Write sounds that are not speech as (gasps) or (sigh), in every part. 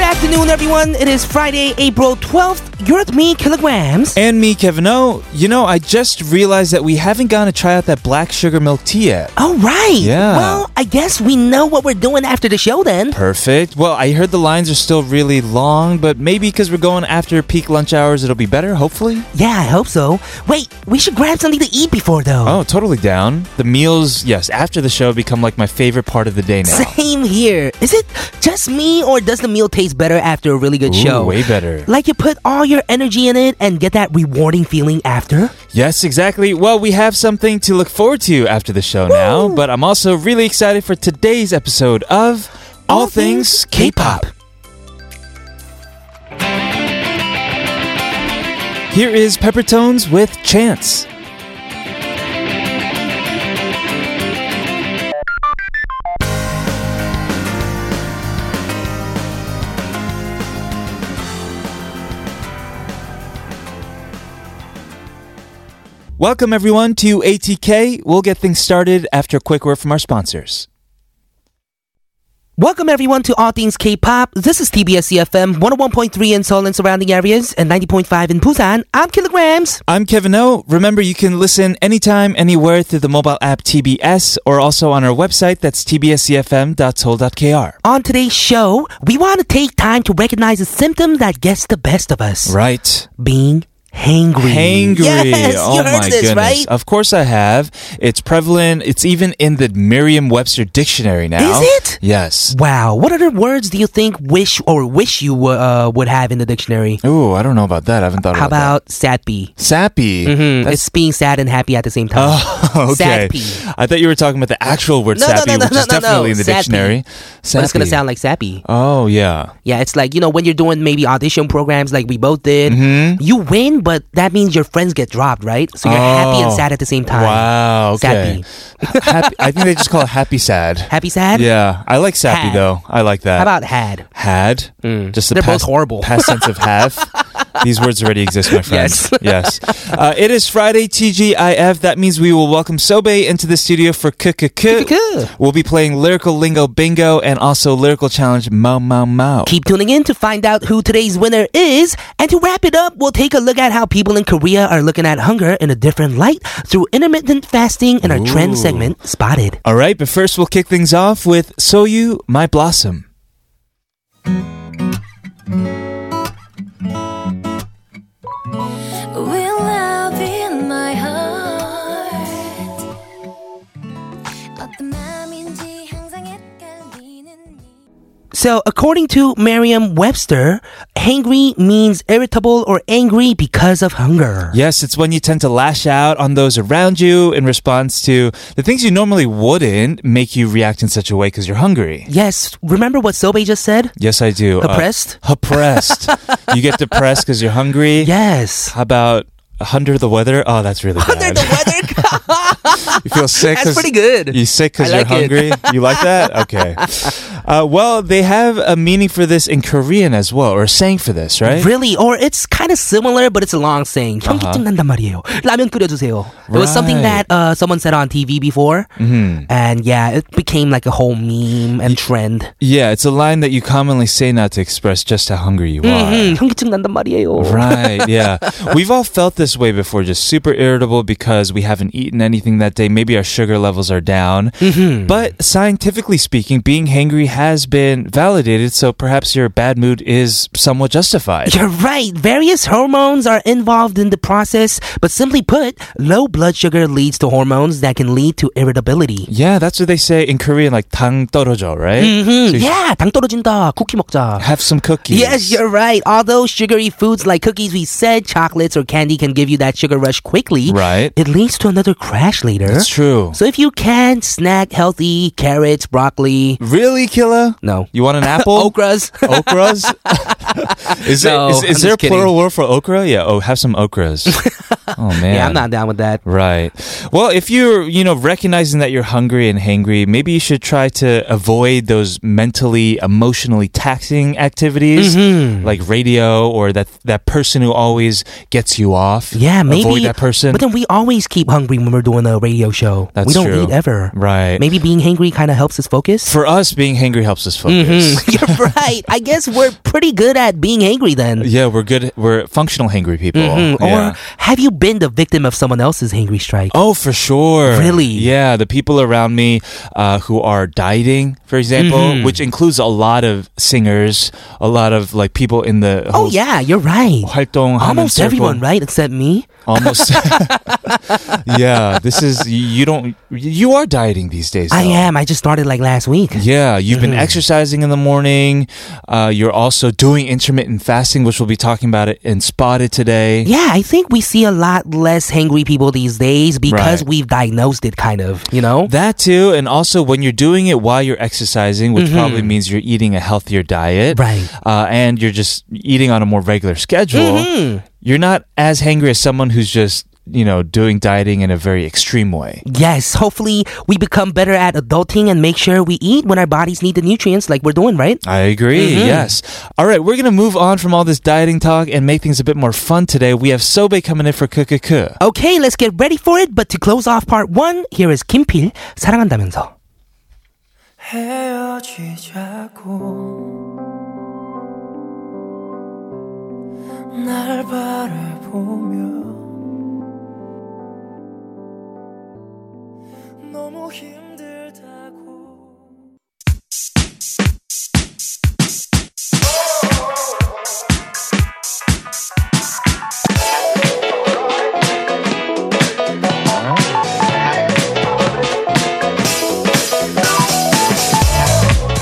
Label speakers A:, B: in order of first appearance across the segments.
A: afternoon, everyone. It is Friday, April 12th. You're with me, Kilograms.
B: And me, Kevin O. You know, I just realized that we haven't gotten to try out that black sugar milk tea yet.
A: All right.
B: Yeah.
A: Well, I guess we know what we're doing after the show then.
B: Perfect. Well, I heard the lines are still really long, but maybe because we're going after peak lunch hours, it'll be better, hopefully.
A: Yeah, I hope so. Wait, we should grab something to eat before though.
B: Oh, totally down. The meals, yes, after the show become like my favorite part of the day now.
A: (laughs) Same here. Is it just me or does the meal taste better after a really good
B: Ooh,
A: show?
B: Way better.
A: Like you put all your energy in it and get that rewarding feeling after?
B: Yes, exactly. Well, we have something to look forward to after the show now, but I'm also really excited for today's episode of All, Things K-Pop. Here is Peppertones with Chance. Welcome everyone to ATK. We'll get things started after a quick word from our sponsors.
A: Welcome everyone to All Things K-Pop. This is TBS CFM 101.3 in Seoul and surrounding areas and 90.5 in Busan. I'm Kilograms.
B: I'm Kevin O. Remember, you can listen anytime, anywhere through the mobile app TBS or also on our website. That's E tbscfm.soul.kr.
A: On today's show, we want to take time to recognize a symptom that gets the best of us.
B: Right.
A: Being hangry.
B: Hangry.
A: Yes,
B: oh
A: you heard
B: my
A: this,
B: goodness.
A: right?
B: Of course I have. It's prevalent. It's even in the Merriam-Webster dictionary
A: Is
B: now.
A: it?
B: Yes.
A: Wow. What other words do you think wish or wish you uh, would have in the dictionary?
B: Ooh, I don't know about that. I haven't thought
A: How
B: about,
A: about sappy?
B: that. Sappy.
A: Mm,
B: That's-
A: it's being sad and happy at the same time.
B: Oh, (laughs) okay.
A: Sappy.
B: I thought you were talking about the actual word
A: No, no,
B: sappy,
A: no, no,
B: which
A: no,
B: is
A: no, no.
B: definitely in the
A: Sappy.
B: dictionary.
A: But it's gonna
B: Sappy.
A: sound like sappy.
B: Oh yeah.
A: Yeah, it's like, you know, when you're doing maybe audition programs like we both did,
B: Mm-hmm.
A: you win, but that means your friends get dropped, right? So you're happy and
B: Oh.
A: sad at the same time.
B: Wow. Okay. happy. I think they just call it happy sad.
A: Happy sad?
B: Yeah, I like sappy
A: Had.
B: though. I like that.
A: How about had?
B: had? Just the
A: They're both
B: past,
A: horrible.
B: past sense
A: (laughs)
B: of have. These words already exist, my friends. Yes. Uh, it is Friday, TGIF. That means we will welcome Sobe into the studio for
A: Kuh.
B: KKK. We'll be playing Lyrical Lingo Bingo and also Lyrical Challenge Mau Mau Mau.
A: Keep tuning in to find out who today's winner is. And to wrap it up, we'll take a look at how people in Korea are looking at hunger in a different light through intermittent fasting in our trend segment, Spotted.
B: All right, but first we'll kick things off with Soyu, My Blossom.
C: Will I be in my heart? 어떤 마음인지 항상 헷갈리는 이
A: So, according to Merriam Webster, hangry means irritable or angry because of hunger.
B: Yes, it's when you tend to lash out on those around you in response to the things you normally wouldn't make you react in such a way because you're hungry.
A: Yes, remember what Sobe just said?
B: Yes, I do. Uh,
A: Oppressed? (laughs)
B: oppressed. you get depressed because you're hungry.
A: Yes.
B: How about under the weather? Oh, that's really bad.
A: (laughs) Under the weather. (laughs)
B: You feel sick.
A: That's
B: 'cause-
A: pretty good.
B: You sick because
A: I
B: you're
A: like it.
B: hungry. you
A: (laughs)
B: like that? Okay. Uh, well, they have a meaning for this in Korean as well, or a saying for this, right?
A: Really? Or it's kind of similar, but it's a long saying. 현기증 난단 말이에요. 라면 끓여주세요. It was something that uh,
B: Uh-huh. Right. Mm-hmm.
A: someone said on TV before. And yeah, it became like a whole meme and trend.
B: Yeah, it's a line that you commonly say not to express just how hungry you are.
A: Mm, 현기증 난단 말이에요.
B: Right, yeah. We've all felt this way before, just super irritable because we haven't eaten anything that day. Maybe our sugar levels are down.
A: Mm-hmm.
B: But scientifically speaking, being hangry has been validated, so perhaps your bad mood is somewhat justified.
A: You're right. Various hormones are involved in the process, but simply put, low blood sugar leads to hormones that can lead to irritability.
B: Yeah, that's what they say in Korean, like 당 떨어져, right?
A: Mm,
B: So you
A: yeah, 당 떨어진다. 쿠키 먹자.
B: should Have some cookies.
A: Yes, you're right. Although sugary foods like cookies, we said chocolates or candy can give you that sugar rush quickly.
B: right.
A: It leads to another crash later.
B: That's true.
A: So if you can snack healthy carrots, broccoli,
B: really, Killa?
A: no, Uh,
B: You want an
A: (laughs)
B: apple?
A: okras.
B: okras? is, there
A: No,
B: is- is
A: I'm (laughs)
B: there a
A: just kidding. (laughs)
B: plural word for okra? Yeah. Oh, have some okras. Oh man.
A: Yeah, I'm not down with that.
B: Right. Well, if you're, you know, recognizing that you're hungry and hangry, maybe you should try to avoid those mentally, emotionally taxing activities
A: Mm-hmm.
B: like radio or that that person who always gets you off.
A: Yeah, maybe
B: Avoid that person.
A: But then we always keep hungry when we're doing a radio show.
B: That's
A: we don't
B: true.
A: eat ever.
B: Right.
A: Maybe being hangry kind of helps us focus.
B: (laughs) For us, being hangry helps us focus.
A: You're (laughs) right. I guess we're pretty good at being angry then.
B: (laughs) Yeah, we're good. We're functional hangry people.
A: Mm, Or
B: Yeah.
A: have you been the victim of someone else's hangry strike?
B: Oh, for sure.
A: Really?
B: Yeah, the people around me uh, who are dieting, for example,
A: Mm-hmm.
B: which includes a lot of singers, a lot of like people in the
A: Oh,
B: whole
A: yeah, you're right.
B: 활동하는
A: Almost
B: circle.
A: everyone, right? Except me. (laughs)
B: Almost. yeah, this is you don't you are dieting these days.
A: I
B: though.
A: am. Mm-hmm. I just started like last week.
B: Yeah, you've been exercising in the morning. Uh, you're also doing intermittent fasting, which we'll be talking about it in Spotted today.
A: Yeah, I think we see a lot less hangry people these days because
B: Right.
A: we've diagnosed it kind of, you know?
B: That too, and also when you're doing it while you're exercising, which probably means you're eating a healthier diet,
A: Right.
B: Uh, and you're just eating on a more regular schedule. You're not as hangry as someone who's just you know doing dieting in a very extreme way.
A: Yes, hopefully we become better at adulting and make sure we eat when our bodies need the nutrients like we're doing, right?
B: I agree. Yes. All right, we're gonna move on from all this dieting talk and make things a bit more fun today. We have Sobe coming in for Kukuku.
A: Okay, let's get ready for it. But to close off part one, here is Kim Pil, 사랑한다면서.
C: 헤어지자고 날 바라보며 너무 힘들다고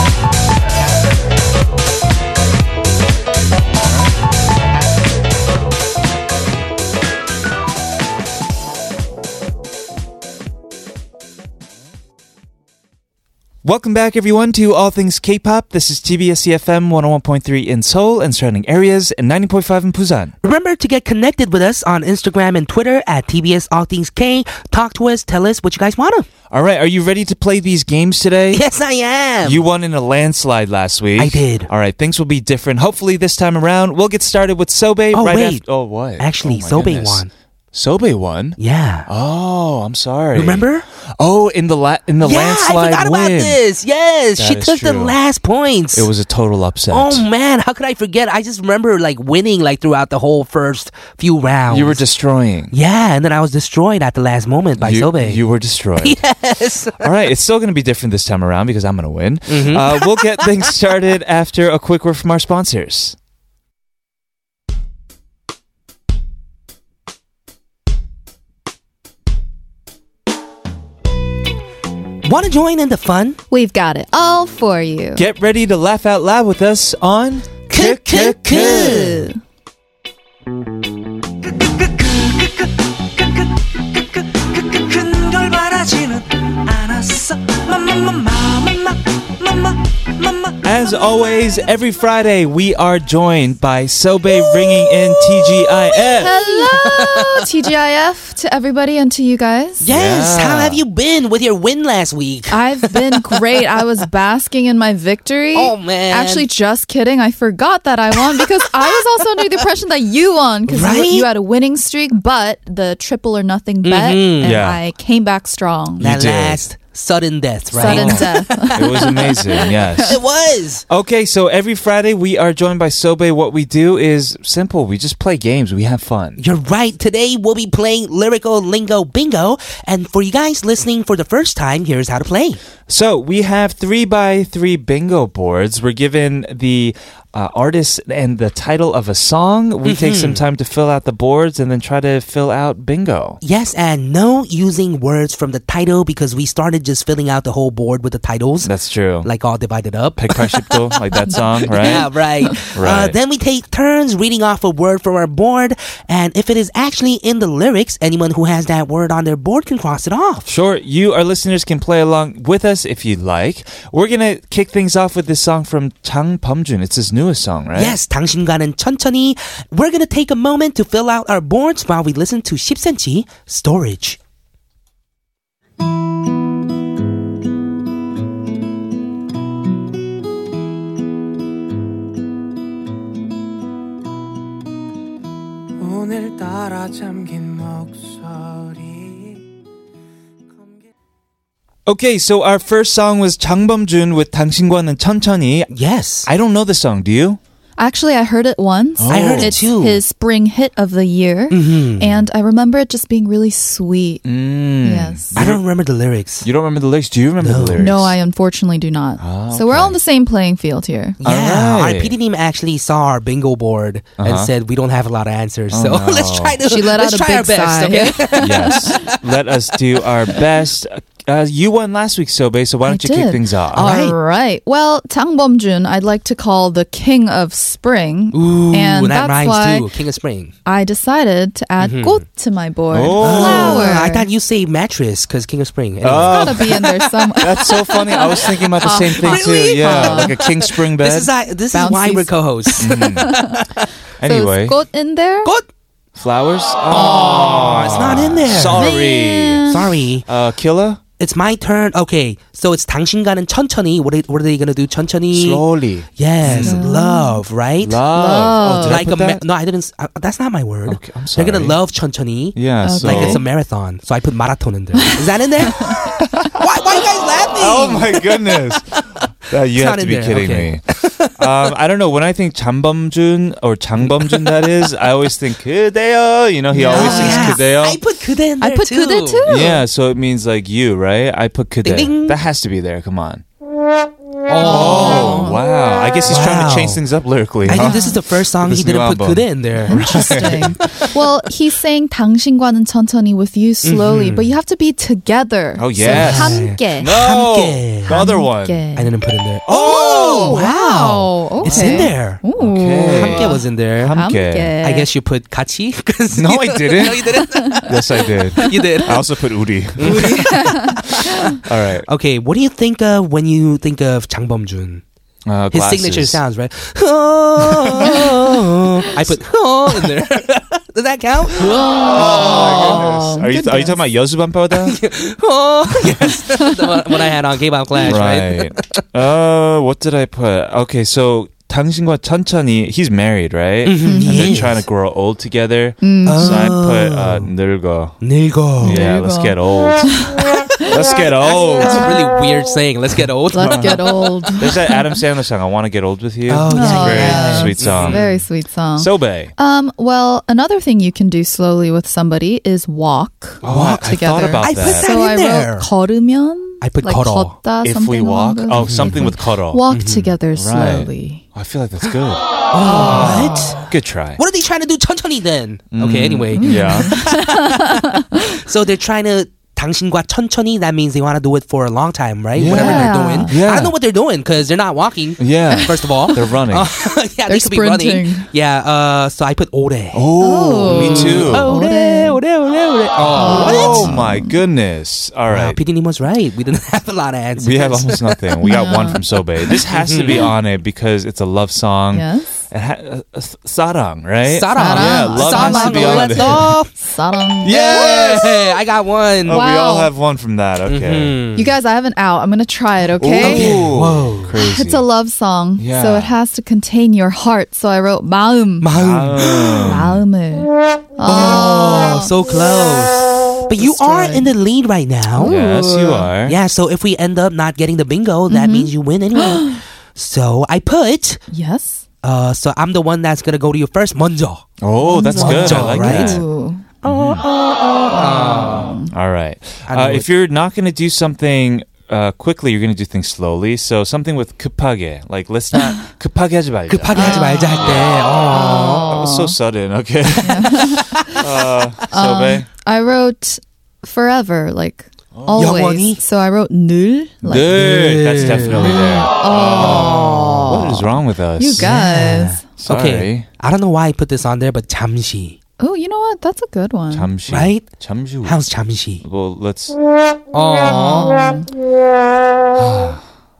B: Welcome back, everyone, to All Things K-pop. This is TBS EFM 101.3 in Seoul and surrounding areas, and 90.5 in Busan.
A: Remember to get connected with us on Instagram and Twitter at TBS All Things K. Talk to us, tell us what you guys want to.
B: All right, are you ready to play these games today?
A: Yes, I am.
B: You won in a landslide last week.
A: I did.
B: All right, things will be different. Hopefully, this time around, we'll get started with Sobe.
A: Oh,
B: right
A: wait.
B: After, oh, what?
A: Actually,
B: oh, my
A: Sobe
B: goodness.
A: won.
B: Sobe won.
A: Yeah.
B: Oh, I'm sorry.
A: Remember?
B: Oh, in the la- in the
A: yeah,
B: landslide
A: I forgot about
B: win.
A: this. Yes,
B: That
A: she
B: is
A: took the
B: true.
A: last points.
B: It was a total upset.
A: Oh man, how could I forget? I just remember like winning like throughout the whole first few rounds.
B: you were destroying.
A: yeah, and then I was destroyed at the last moment by
B: you,
A: Sobe.
B: you were destroyed.
A: yes.
B: All right, it's still going to be different this time around because I'm going to win. Uh, we'll get things started after a quick word from our sponsors.
A: Want to join in the fun?
D: We've got it all for you.
B: Get ready to laugh out loud with us on
A: Kukuku.
E: 큰걸 바라지는 않았어 마마마마마마마마마
B: As always, every Friday we are joined by Sobe ringing in TGIF.
D: Hello, TGIF, to everybody and to you guys.
A: Yes.
B: Yeah.
A: How have you been with your win last week?
D: I've been great. I was basking in my victory.
A: Oh, man.
D: Actually, just kidding. I forgot that I won because I was also under the impression that you won because
A: Right?
D: you, had a winning streak, but the triple or nothing bet,
A: Mm-hmm.
D: and
B: Yeah.
D: I came back strong.
A: that
B: did.
A: last sudden death, right? (laughs)
D: Sudden death.
B: It was amazing, yes.
A: It was.
B: Okay, so every Friday we are joined by Sobe. What we do is simple. We just play games. We have fun.
A: You're right. Today we'll be playing Lyrical Lingo Bingo. And for you guys listening for the first time, here's how to play.
B: So we have three by three bingo boards. We're given the uh, artist and the title of a song. We take some time to fill out the boards and then try to fill out bingo.
A: Yes, and no using words from the title because we started just filling out the whole board with the titles,
B: That's true.
A: like all divided up.
B: 백팔십도, like that song, right?
A: Yeah, right. Uh,
B: (laughs) Right.
A: then we take turns reading off a word from our board, and if it is actually in the lyrics, anyone who has that word on their board can cross it off.
B: Sure, you, our listeners, can play along with us if you'd like. We're gonna kick things off with this song from Chang Pumjun. It's his newest song, right?
A: Yes, 당신과는 천천히. We're gonna take a moment to fill out our boards while we listen to 10cm storage.
E: 오늘따라 잠긴 목소리
B: Okay, so our first song was Chang Pumjun with 당신과는 천천히.
A: Yes.
B: I don't know the song. Do you?
D: Actually, I heard it once.
A: I heard it
D: it's
A: too. Mm.
D: His spring hit of the year,
A: Mm-hmm.
D: and I remember it just being really sweet. Yes.
A: I don't remember the lyrics.
B: You don't remember the lyrics? Do you remember the lyrics?
D: No,
B: (laughs)
D: I unfortunately do not.
B: Ah,
D: So we're all on the same playing
A: (laughs)
D: field here.
A: Yeah,
B: All right. Uh-huh.
A: our PD team actually saw our bingo board and said we don't have a lot of answers, so
B: Oh,
A: (laughs)
B: no.
A: let's try to
D: She let
A: let's
D: out a
A: try
D: big
A: our best.
D: sigh. (laughs)
A: Okay?
B: yes. Let us do our best. Uh, you won last week, Sobe, so why don't
D: I
B: you kick
D: did.
B: things off?
D: All right. Well, Tang Bomjun, I'd like to call the king of spring,
A: Ooh,
D: and
A: that
D: that's
A: rhymes
D: why
A: too. King of Spring.
D: I decided to add
A: Mm-hmm.
D: 꽃 to my board.
B: Oh.
D: Flower.
A: I thought you say mattress because King of Spring. Anyway.
B: Uh, Oh.
D: gotta be in there
B: (laughs)
D: somewhere.
B: That's so funny. I was thinking about
D: Uh,
B: the same thing too.
A: Really?
B: Yeah,
D: Huh.
B: like a king spring bed. Mm-hmm.
A: This is I, this is why
D: Bouncies.
A: we're co-hosts.
B: anyway,
D: So is 꽃 in there?
A: (laughs) Good.
B: flowers. Oh,
A: Oh, it's not in there.
B: sorry.
A: Sorry.
B: Uh, killer.
A: It's my turn. Okay, so it's 당신과는 천천히. What are, what are they gonna do? 천천히.
B: Slowly.
A: Yes, love, right?
B: Love. Oh, did
A: Like
B: I put
A: a ma-
B: that?
A: no, I didn't. s- Uh, that's not my word.
B: Okay, I'm
A: They're
B: sorry.
A: gonna love 천천히.
B: Yeah. So.
A: Like it's a marathon, so I put marathon in there. Is that in there?
B: (laughs)
A: why, why are you guys laughing?
B: Oh my goodness.
A: (laughs)
B: Uh,
A: It's
B: you have
A: not in
B: to be
A: there,
B: kidding
A: okay.
B: me.
A: (laughs)
B: Um, I don't know. When I think Chanbomjun or Changbomjun, that is, I always think Kudeo. You know, he always sings
A: Yeah. Oh,
B: Kudeo.
A: I put kude in
D: I
A: there
D: put
A: too.
D: kude too.
B: Yeah, so it means like you, right? I put Kude.
A: Ding, ding.
B: That has to be there. Come on. Oh, wow. I guess he's trying to
A: Wow.
B: change things up lyrically.
A: I
B: huh?
A: think this is the first song
B: This
A: he didn't
B: new
A: put
B: album.
A: kude in there.
B: (laughs)
D: Interesting. well, he's saying 당신과는 천천히 with you slowly,
A: Mm-hmm.
D: but you have to be together.
B: Oh,
D: So
B: yes.
D: 함께.
B: no.
A: 함께.
B: The other one.
D: 함께.
A: I didn't put in there.
B: Oh!
A: wow.
D: Oh,
A: It's in
D: okay.
A: there.
D: Ooh.
B: Okay.
A: 함께 was in there.
B: 함께.
A: I guess you put kachi. (laughs) 'cause
B: No,
A: you-
B: I didn't.
A: no, you didn't.
B: Yes, I did.
A: (laughs) you did.
B: I also put Uri. (laughs) All right.
A: Okay, what do you think of when you think of Chang Jun?
B: Uh,
A: His
B: glasses.
A: signature sounds, right? (laughs) I put (laughs) oh in there. Does that count?
B: (laughs)
D: Oh,
B: Are you, are you talking about Yozuban
A: (laughs)
B: Poda? (laughs)
A: Oh, yes. (laughs) the one, one I had on K-pop Clash, right?
B: right. Uh, what did I put? Okay, so 당신과 천천히, he's married, right? And
A: Mm-hmm. Yes. Mm.
B: they're
A: Oh.
B: trying to grow old together. So I put uh, 늙어.
A: 늙어.
B: Yeah, let's
A: (laughs)
B: get old. let's get old.
A: That's a really weird saying. Let's get old.
D: Let's get old.
B: There's that Adam Sandler song, I Want to Get Old With You.
A: Oh,
B: it's
A: yeah.
B: a very
D: Yes.
B: sweet song.
D: Very sweet song.
B: Sobe.
D: um, well, another thing you can do slowly with somebody is walk.
B: Walk. I thought
D: together.
B: about
A: I put
B: that.
A: that
D: So
A: in
D: I
A: there.
D: wrote 걸으면.
A: I put
D: like
A: 걸어.
D: 걷다,
B: if we
D: something along
B: walk.
D: those-
B: Oh, something with 걸어.
D: Walk together
B: Right.
D: slowly.
B: I feel like that's good.
A: (gasps) What?
B: Good try.
A: (laughs) What are they trying to do? 천천히 then. Okay, anyway. (laughs)
B: Mm. Yeah.
A: So they're trying to 당신과 천천히. That means they want to do it for a long time, right? Whatever they're
D: Yeah.
A: doing.
B: Yeah.
A: I don't know what they're doing because they're not walking.
B: (laughs) Yeah.
A: First of
B: (laughs)
A: all, (laughs)
B: They're running.
A: Uh, yeah, they
D: They're
A: could be running.
D: sprinting.
A: Yeah. Uh, so I put 오래.
B: Oh,
D: Oh.
B: me too.
D: Oh, 오래,
B: Oh, my goodness. All
A: Wow,
B: right.
A: PD님 was right. We didn't (laughs) have a lot of answers.
B: We have almost nothing. We
A: (laughs)
B: got one from Sobe. This has to be on it because it's a love song.
D: Yes.
B: It ha- uh, uh, sarang, right?
A: Sarang.
B: Yeah, love has to
A: Sarang,
B: be on
A: let's
B: it. (laughs)
A: go.
D: 사랑.
B: Yes.
A: Hey, I got one.
B: Oh, we all
D: Wow.
B: have one from that. Okay.
D: You guys, I have an out. I'm gonna try it. Okay.
B: Ooh,
A: Mm-hmm. Whoa.
B: Crazy.
D: It's a love song,
B: Yeah.
D: so it has to contain your heart. So I wrote 마음,
A: (gasps) 마음.
B: Oh.
D: 마음을.
A: Oh, so close. But you are in the lead right now.
B: yes, you are.
A: Yeah, so if we end up not getting the bingo, that means you win anyway. so I put,
D: Yes.
A: uh, so I'm the one that's going to go to you first. 먼저.
B: Oh, that's good. I
A: Monzo,
B: like
A: right?
B: that.
D: Ooh.
B: All right.
A: I
B: Uh,
A: know
B: if you're not going to do something uh, quickly, you're going to do things slowly. So something with 급하게, like let's
A: (laughs)
B: not 급하게 하지 말자.
A: 급하게 하지 말자 Oh, 할 때. 어.
B: That was so sudden.
A: (laughs)
B: Okay. (laughs) uh, Sobe.
D: I wrote forever, like
A: Oh. 영원히?
D: always. So I wrote 늘. Like,
B: Dude, that's definitely there. Oh. What is wrong with us?
D: You guys.
B: Sorry.
A: Okay. I don't know why I put this on there, but 잠시.
D: Oh, you know what? That's a good one.
B: 잠시.
A: Right?
B: 잠시 후.
A: How's 잠시?
B: Well, let's (sighs)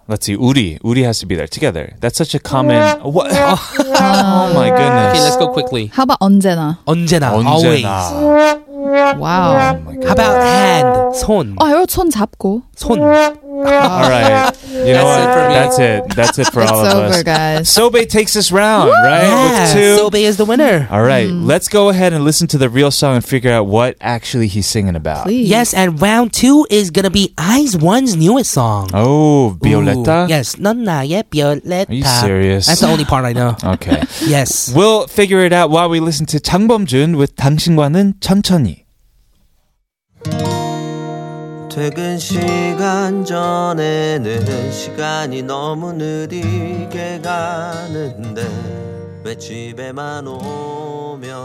B: let's see. 우리, 우리 has to be there together. That's such a common. (laughs) What? oh my goodness.
A: Okay, let's go quickly.
D: How about 언제나?
A: 언제나, always. How
B: 언제나.
D: Wow.
B: Oh my
A: about hand, 손,
D: Oh, I wrote 손 잡고.
A: 손.
B: All
D: (laughs)
B: right. You know
A: That's it
B: what?
A: for me.
B: That's it. That's it for
D: It's
B: all of
D: over,
B: us.
D: guys.
B: Sobe takes this round, right?
A: Yeah,
B: With two.
A: Sobe is the winner.
B: All right,
D: Mm.
B: let's go ahead and listen to the real song and figure out what actually he's singing about.
D: Please.
A: Uh, Yes, and round two is gonna be Eyes One's newest song.
B: Oh, Violetta?
A: Ooh, Yes, 넌 나의 Violetta.
B: Are you serious?
A: That's the only part I
B: (laughs)
A: know.
B: Okay.
A: yes.
B: we'll figure it out while we listen to 장범준 with 당신과는 천천히.
F: 퇴근 시간 전에는 시간이 너무 느리게 가는데 왜 집에만 오면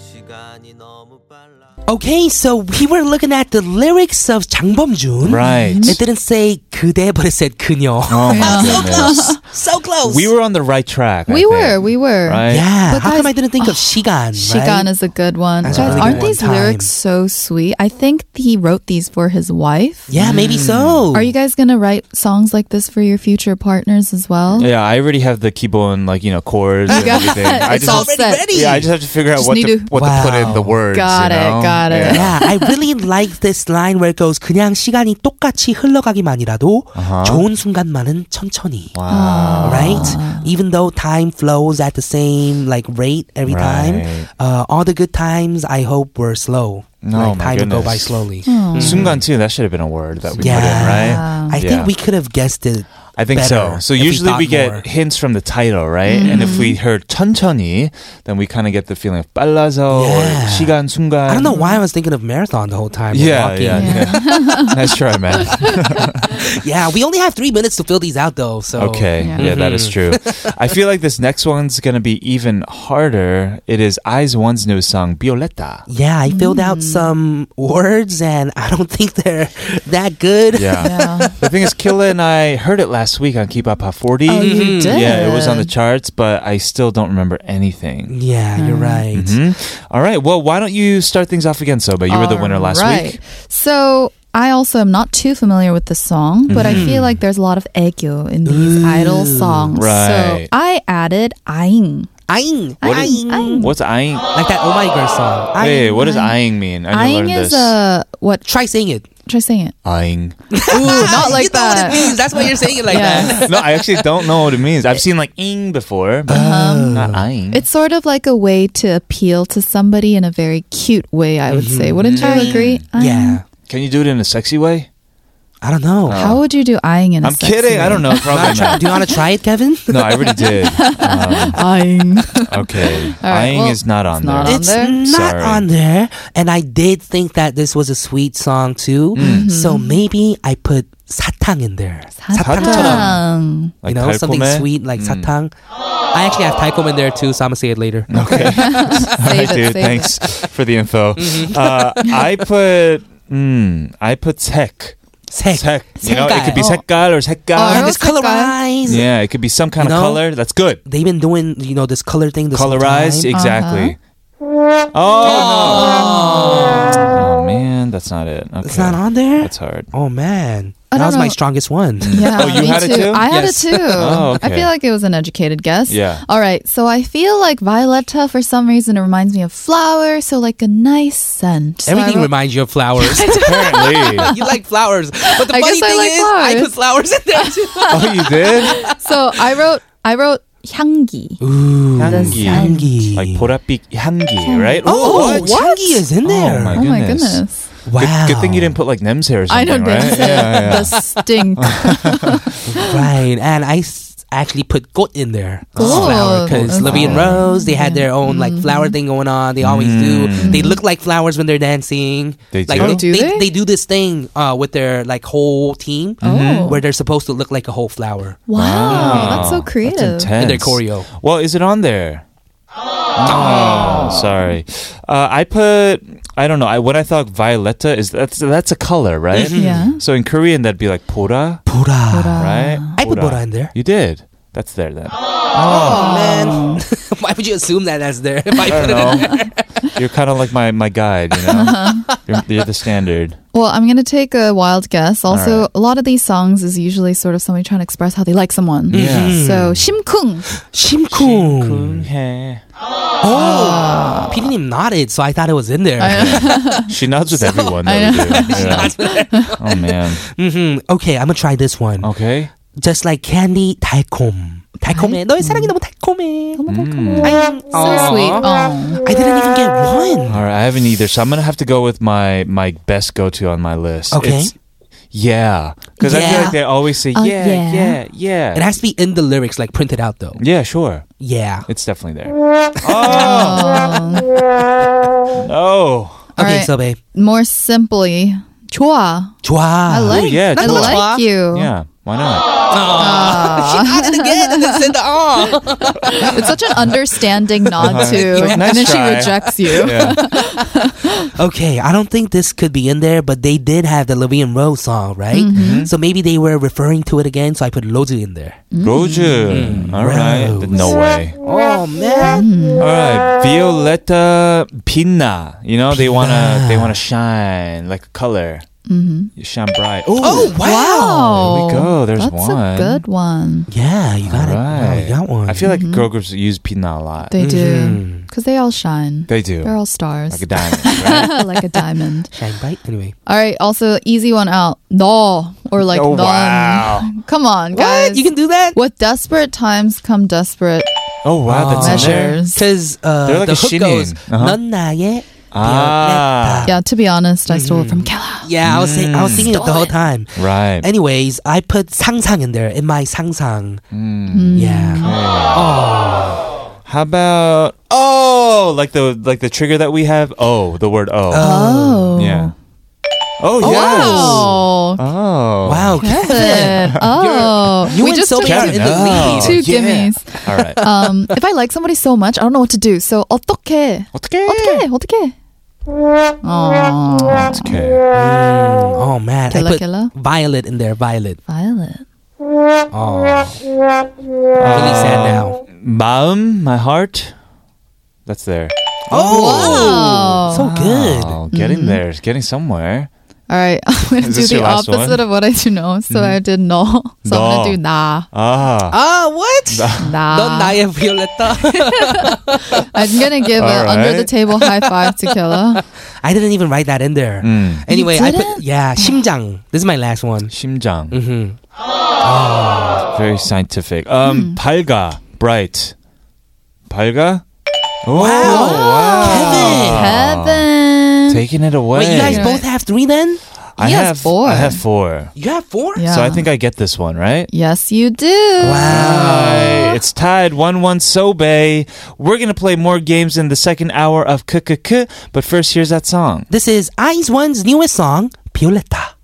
F: 시간이 너무 빨라
A: Okay, so we were looking at the lyrics of 장범준.
B: Right.
A: It didn't say 그대, but it said 그녀.
B: Oh
A: (laughs)
B: my goodness.
A: so close.
B: We were on the right track. I
D: We
B: think.
D: were, we were.
B: Right?
A: Yeah.
D: But
A: how come
D: guys-
A: I didn't think
D: (laughs)
A: of Shigan?
D: Shigan is a good one.
A: That's a
D: Guys,
A: really good
D: aren't
A: one.
D: these
A: Time.
D: lyrics so sweet? I think he wrote these for his wife.
A: Yeah, maybe so.
D: Mm. Are you guys gonna write songs like this for your future partners as well?
B: Yeah, I already have the keyboard and like, you know, chords
A: Oh
D: You
B: and
D: got
B: everything.
D: it.
B: I
D: It's
B: just
D: all
A: already
D: set.
A: ready?
B: Yeah, I just have to figure out
D: Just
B: what
D: need
B: to,
D: to-
B: what to put in
A: Wow.
B: the words.
D: Got
B: you
D: it,
B: know?
D: got it.
B: Yeah.
A: Yeah, I really like this line where it goes 그냥 시간이 똑같이 흘러가기만이라도 좋은 순간만은 천천히.
B: Uh-huh. Wow.
A: Right? Even though time flows at the same like rate every time,
B: Right.
A: uh, all the good times I hope were slow.
B: No,
A: like
B: my
A: time will go by
B: goodness.
A: slowly.
B: 순간 too, that should have been a word that we put in, right?
A: Mm-hmm. Yeah, I think
B: Yeah.
A: we could have guessed it.
B: I think so.
A: better
B: So
A: if we
B: usually
A: thought
B: we get
A: more. Mm-hmm.
B: hints from the title, right? And if we heard 천천히, then we kind of get the feeling of 빨라서
A: Yeah.
B: or 시간 순간.
A: I don't know why I was thinking of marathon the whole time. we're
B: Um, Yeah,
A: walking. Oh,
B: yeah, yeah. (laughs) Nice try, man.
A: (laughs) Yeah, we only have three minutes to fill these out though. So
B: Okay, yeah,
D: Yeah.
B: that is true. I feel like this next one's gonna be even harder. It is Eyes One's new song,
A: (laughs)
B: Violetta.
A: Yeah, I filled out some words and I don't think they're (laughs) that good.
B: Yeah.
D: Yeah.
B: The thing is, Killa and I heard it last week on Keep Up Hot 40.
D: Oh, you
A: Mhm.
D: did.
B: Mm-hmm. Yeah, it was on the charts, but I still don't remember anything.
A: Yeah,
D: Mm-hmm.
A: you're right.
B: Mhm. All right. Well, why don't you start things off again, Soba? You were the winner last week.
D: So I also am not too familiar with the song, but I
B: Mm-hmm.
D: feel like there's a lot of 애교 in these idol songs.
B: Right.
D: So I added 아잉.
A: Aing,
B: What is-
A: aing.
B: What's eyeing?
A: like that Oh My Girl song. Aing.
B: Wait, what is eyeing mean? I need to
D: 아잉
B: learn this.
D: is a what?
A: Try saying it.
D: Try saying it.
B: eyeing.
D: Ooh, (laughs) not
A: you
D: Oh,
A: know what it
D: like that.
A: means. That's why you're saying it like that.
D: Yeah.
B: No, I actually don't know what it means. I've seen like ing before, but not eyeing.
D: Uh-huh. It's sort of like a way to appeal to somebody in a very cute way, I would say. Wouldn't
B: Mm-hmm.
D: you agree? 아잉.
A: Yeah.
B: Can you do it in a sexy way?
A: I don't know.
B: Oh,
D: How would you do eyeing in a
B: I'm
D: sexy
B: kidding. I don't know. Probably
D: (laughs)
A: Do
B: not.
A: you want to try it,
B: (laughs)
A: Kevin?
B: No, I already did. Um,
D: Eyeing.
B: okay.
D: (laughs) right,
B: eyeing
D: well,
B: is not on
D: it's not
B: there.
D: on.
A: it's
D: there?
A: not
B: Sorry.
A: on there. And I did think that this was a sweet song too.
B: Mm.
A: So maybe I put satang in there.
B: (laughs)
D: 사탕.
A: you
B: Like Mm.
A: know, something
B: 달콤해?
A: sweet like satang. I actually have taekom in there too, so I'm gonna (laughs) say it later.
B: Okay. (laughs) All right,
D: Save it,
B: dude.
D: save it.
B: Thanks for
A: (laughs)
B: the info.
A: Mm-hmm.
B: Uh, I put. Mm, I put sec.
A: Sek.
B: Sec. You know, it could be
D: Oh.
B: sekgal or sekgal.
D: Oh, I
A: And it's
D: wrote sekgal.
A: colorized.
B: Yeah, it could be some kind
A: You
B: of
A: know?
B: color. That's good.
A: They've been doing, you know, this color thing this whole
B: Colorized,
A: time. Uh-huh.
B: exactly. Oh, no. Oh, man, that's not it. Okay.
A: It's not on there?
B: That's hard.
A: Oh man,
D: I
A: that
D: don't
A: was my
D: know.
A: strongest
D: (laughs)
A: one.
D: Yeah,
B: Oh, you
D: me
B: had it too?
D: I had it
A: Yes.
D: too.
B: Oh,
D: I
B: okay.
D: feel like it was an educated guess.
B: Yeah.
D: All right. So I feel like Violetta, for some reason, it reminds me of flower. So like a nice scent. So I
A: Everything
D: wrote-
A: reminds you of
D: (laughs)
A: flowers.
B: Apparently.
A: (laughs) you like flowers, but the
D: I
A: funny
D: guess I
A: thing
D: like
A: is, I
D: flowers.
A: put flowers in there too.
D: (laughs)
B: oh, you did?
D: so I wrote. I wrote 향기. The
B: Hangi.
D: scent.
B: Like 보랏빛 향기, right?
A: Oh,
B: what?
A: Changi is in there.
B: my
D: Oh my goodness.
A: wow.
B: Good, good thing you didn't put like Nemse or something,
D: I know
B: right? (laughs)
D: that's
B: Mm-hmm. Yeah, yeah.
D: the stink.
A: Right, and I. s- actually put goat in there
D: Goat. Oh,
A: flower because Livy and
D: Okay. Mm.
A: Rose they had their own like flower thing going on. They always do. They look like flowers when they're dancing.
B: They
A: like,
B: do?
D: Oh, do
A: they?
D: they?
A: do this thing uh, with their like whole team
D: Oh.
A: where they're supposed to look like a whole flower
D: Wow, that's so creative.
A: in their
B: intense.
A: choreo.
B: Well, is it on there? Oh, sorry. Uh, I put I don't know. I when I thought violetta is that's that's a color, right?
D: Yeah.
B: So in Korean that'd be like pora,
A: Pura.
B: right?
A: I put pura in there.
B: You did. That's there then.
A: Oh man, (laughs) why would you assume that that's there? If I
B: I
A: put it-
B: don't know. You're kind of like my my guide, you know. you're, you're the standard.
D: Well, I'm gonna take a wild guess. Also,
B: Alright.
D: a lot of these songs is usually sort of somebody trying to express how they like someone.
B: Yeah.
D: So 심쿵.
A: 심쿵.
B: Hey.
A: Oh, PD님 nodded, so I thought it was in there.
B: She nods with everyone. That we do. Yeah. Oh man.
A: Mhm. Okay, I'm gonna try this one.
B: Okay.
A: Just like candy, 달콤. 달콤해. 너의 사랑이 너무 달콤해. I,
D: (laughs) So
B: (laughs)
D: sweet. Oh.
A: I didn't even get one.
B: All right, I haven't either, so I'm gonna have to go with my my best go to on my list.
A: Okay.
B: It's- yeah, because I feel
A: Yeah.
B: like they always say
D: Oh,
B: yeah,
D: yeah.
B: yeah, yeah,
A: It has to be in the lyrics, like printed out though.
B: yeah. Sure,
A: Yeah.
B: it's definitely there. oh no!
A: Okay,
D: Alright.
A: so babe.
D: More simply, 좋아.
A: 좋아.
D: I like.
B: Ah, yeah,
D: I
B: 좋아.
D: like you.
B: Yeah, why not?
A: she nodded again and then said the oh. "aw."
D: It's such an understanding nod to,
B: Uh-huh. Like, nice
D: and then
B: try.
D: she rejects you.
B: Yeah.
A: Okay, I don't think this could be in there, but they did have the Livy and Rose song, right?
B: Mm-hmm.
A: So maybe they were referring to it again, so I put Lozu in there.
B: Roju. All right.
A: Rose.
B: No way.
A: Oh man.
B: All right. Violetta Pinna. You know they wanna they wanna shine like a color. Mm-hmm. You shine bright. Ooh,
A: Oh wow.
D: Wow.
B: There we go. There's
D: Oh, That's
B: one.
D: a good one.
A: Yeah, you got it. Wow, you got one. Mm-hmm.
B: I feel like girl groups use Pinna a lot.
D: They do. Because they all shine.
B: Mm-hmm. They do.
D: They're all stars.
B: like a diamond. Right?
D: (laughs) like a diamond.
A: shine bright. Anyway.
D: All right. Also, easy one out. No. Or like
B: Oh,
D: none.
B: wow.
D: (laughs) Come on, guys.
A: You can do that?
D: With desperate times come desperate
B: (laughs) oh wow, that's in there.
D: measures.
A: Because uh,
B: They're like
A: the
B: a
A: hook
B: shinin.
A: goes,
B: Uh-huh.
A: "넌 나의
B: Ah,
D: Yeah, to be honest, I stole it from
B: Mm-hmm.
D: Killa.
A: Yeah, I was saying, I was thinking it the whole time.
B: right.
A: Anyways, I put 상상 in there in my 상상.
B: Mm.
A: Yeah.
B: How about oh, like the like the trigger that we have? Oh, the word oh.
D: Oh.
B: Yeah. Oh yes.
D: Oh.
B: Oh.
A: Wow. (laughs)
D: Kevin. Oh.
A: You
D: we
A: went
D: just
A: so
D: took
A: bad in
B: Kevin,
A: the
B: no.
A: lead.
D: two
B: Yeah.
D: gimmies.
B: All (laughs) right.
D: Um, if I like somebody so much, I don't know what to do. So
A: (laughs)
D: 어떻게?
B: 어떡해?
D: 어떻게? 어떻게? Oh,
B: 어떡해.
A: Oh man,
D: Killer,
A: I put
D: killer.
A: Violet in there. Violet.
D: Violet.
A: Oh. Really sad now.
B: 마음, my heart. That's there.
A: Oh, so good.
B: Oh,
A: Mm-hmm.
B: getting there, getting somewhere.
D: All right, (laughs) I'm gonna
B: Is
D: do
B: this
D: the
B: your last
D: opposite
B: one? Mm-hmm.
D: of what I do know. So I did no. So I'm
B: No.
D: gonna do nah,
B: Ah,
A: Ah, what? 넌
D: nah.
A: 나의 Violetta.
D: I'm gonna give
B: All
D: a under the
B: right.
D: table high five to
B: (laughs)
D: Killa.
A: (laughs) I didn't even write that in there.
B: Mm.
A: Anyway,
D: You
A: I put
D: didn't?
A: yeah, 심장. This is my last one.
B: 심장.
A: Mhm.
B: Very scientific.
A: Mm.
B: Um, 밝아, bright. 밝아. Wow.
D: Oh.
B: wow.
D: Kevin.
B: Taking it away.
A: Wait, you guys both have three then?
B: I
D: He has
B: have
D: four.
B: I have four.
A: You have four?
D: Yeah. Uh,
B: So I think I get this one, right?
D: Yes, you do.
B: Hi, it's tied 1 1 Sobe. We're going to play more games in the second hour of KKK, but first, here's that song.
A: This is Eyes One's newest song, Violetta.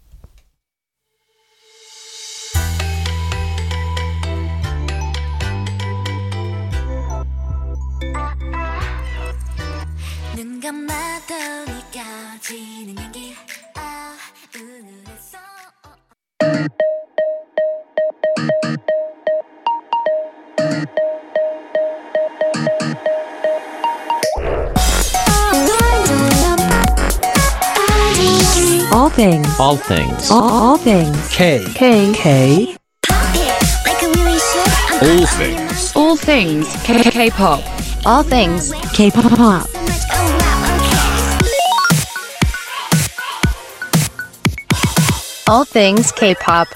C: 눈 감아도 느껴지는 향기 아 우울했어
G: All things. All things. All, all things.
A: K.
G: K.
A: K.
C: All things.
G: All things. K. K-pop. All things. K-pop. All things K-pop.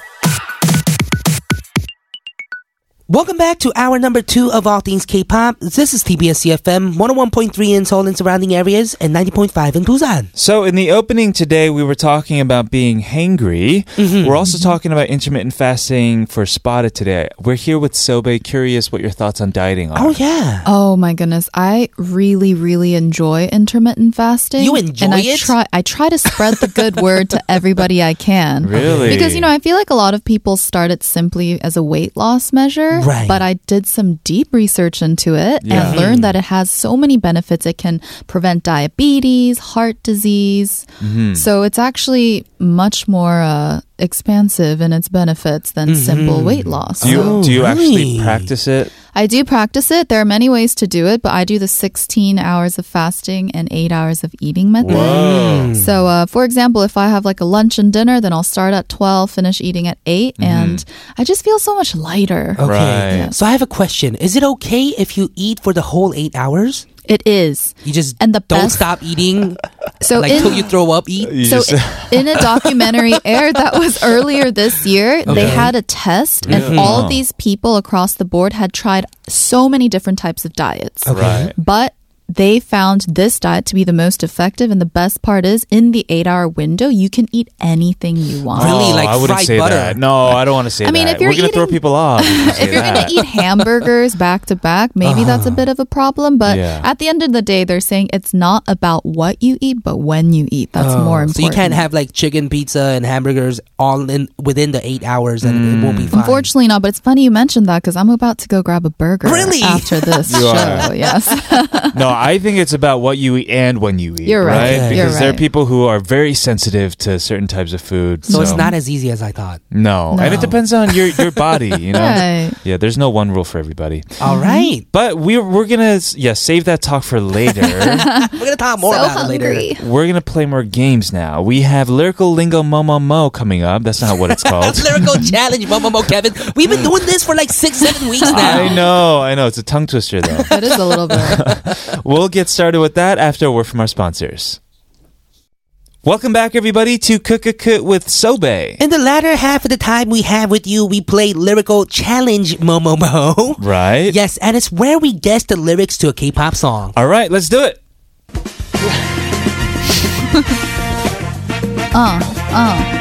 A: Welcome back to hour number two of All Things K-pop. This is TBS CFM 101.3 in Seoul and surrounding areas and 90.5 in Busan.
B: So, in the opening today, we were talking about being hangry.
D: Mm-hmm.
B: We're also talking about intermittent fasting for Spada today. We're here with Sobe. Curious what your thoughts on dieting are.
A: Oh yeah.
D: Oh my goodness, I really, really enjoy intermittent fasting.
A: You enjoy
D: and I
A: it?
D: Try, I try to spread the good word to everybody I can.
B: Really?
D: Because you know, I feel like a lot of people start it simply as a weight loss measure.
A: Right.
D: But I did some deep research into it
B: Yeah. Hmm.
D: and learned that it has so many benefits. It can prevent diabetes, heart disease.
B: Mm-hmm.
D: So it's actually much more uh, expansive in its benefits than simple weight loss.
B: Mm-hmm. do you,
D: So-
B: do you actually
A: really?
B: practice it?
D: I do practice it. There are many ways to do it, but I do the 16 hours of fasting and 8 hours of eating method. So, uh, for example, if I have like a lunch and dinner, then I'll start at 12, finish eating at 8,
A: Mm-hmm.
D: and I just feel so much lighter.
A: Okay.
B: Right.
A: So I have a question. Is it okay if you eat for the whole eight hours?
D: It is.
A: You just
D: And the
A: don't
D: best-
A: stop
D: (laughs)
A: eating
D: So,
A: like
D: in-
A: till you throw up. Eat.
B: (laughs) You
D: so
B: just-
D: in a documentary
A: (laughs)
D: aired that was earlier this year, they had a test, and all these people across the board had tried so many different types of diets.
B: Right.
D: But they found this diet to be the most effective, and the best part is in the eight-hour window, you can eat anything you want.
A: Really,
B: Oh,
A: like
B: I wouldn't
A: fried
B: say
A: butter.
B: that. No, I don't want to say
D: I mean,
B: that.
D: if you're
B: We're gonna throw
D: eating-
B: people off.
D: (laughs) if you're going to eat hamburgers back to back, maybe that's a
A: Uh-huh.
D: bit of a problem. But
B: Yeah.
D: at the end of the day, they're saying it's not about what you eat, but when you eat. That's more important.
A: Oh, So you can't have like chicken, pizza, and hamburgers all in within the eight hours, and it won't be fine.
D: Mm. Unfortunately, not. But it's funny you mentioned that because I'm about to go grab a burger.
A: Really?
D: After this
B: You
D: show,
B: are.
D: yes.
B: no, I think it's about what you eat and when you eat.
D: You're right.
B: Because
A: Okay.
D: You're
B: there are
D: right.
B: people who are very sensitive to certain types of food.
A: So, it's not as easy as I thought.
B: No. and it
D: No.
B: depends on your your body. You know.
D: Right.
B: Yeah. There's no one rule for everybody.
A: All
D: (laughs)
A: right,
B: But we we're gonna yeah save that talk for later.
A: we're gonna talk more
D: so
A: about it
D: hungry.
A: later.
B: we're gonna play more games now. We have lyrical lingo mo mo mo coming up. That's not what it's called.
A: (laughs)
D: (laughs)
A: Lyrical challenge, Momo Mo Kevin. We've been doing this for like six, seven weeks now.
B: I know, I know. It's a tongue twister though.
D: (laughs) It is a little bit.
B: We'll get started with that after a word from our sponsors. Welcome back, everybody, to Cook a Cook with Sobe.
A: In the latter half of the time we have with you, we play lyrical challenge, Momo Mo. (laughs)
B: Right?
A: Yes, and it's where we guess the lyrics to a K-pop song.
B: All right, let's do it.
D: Uh, uh.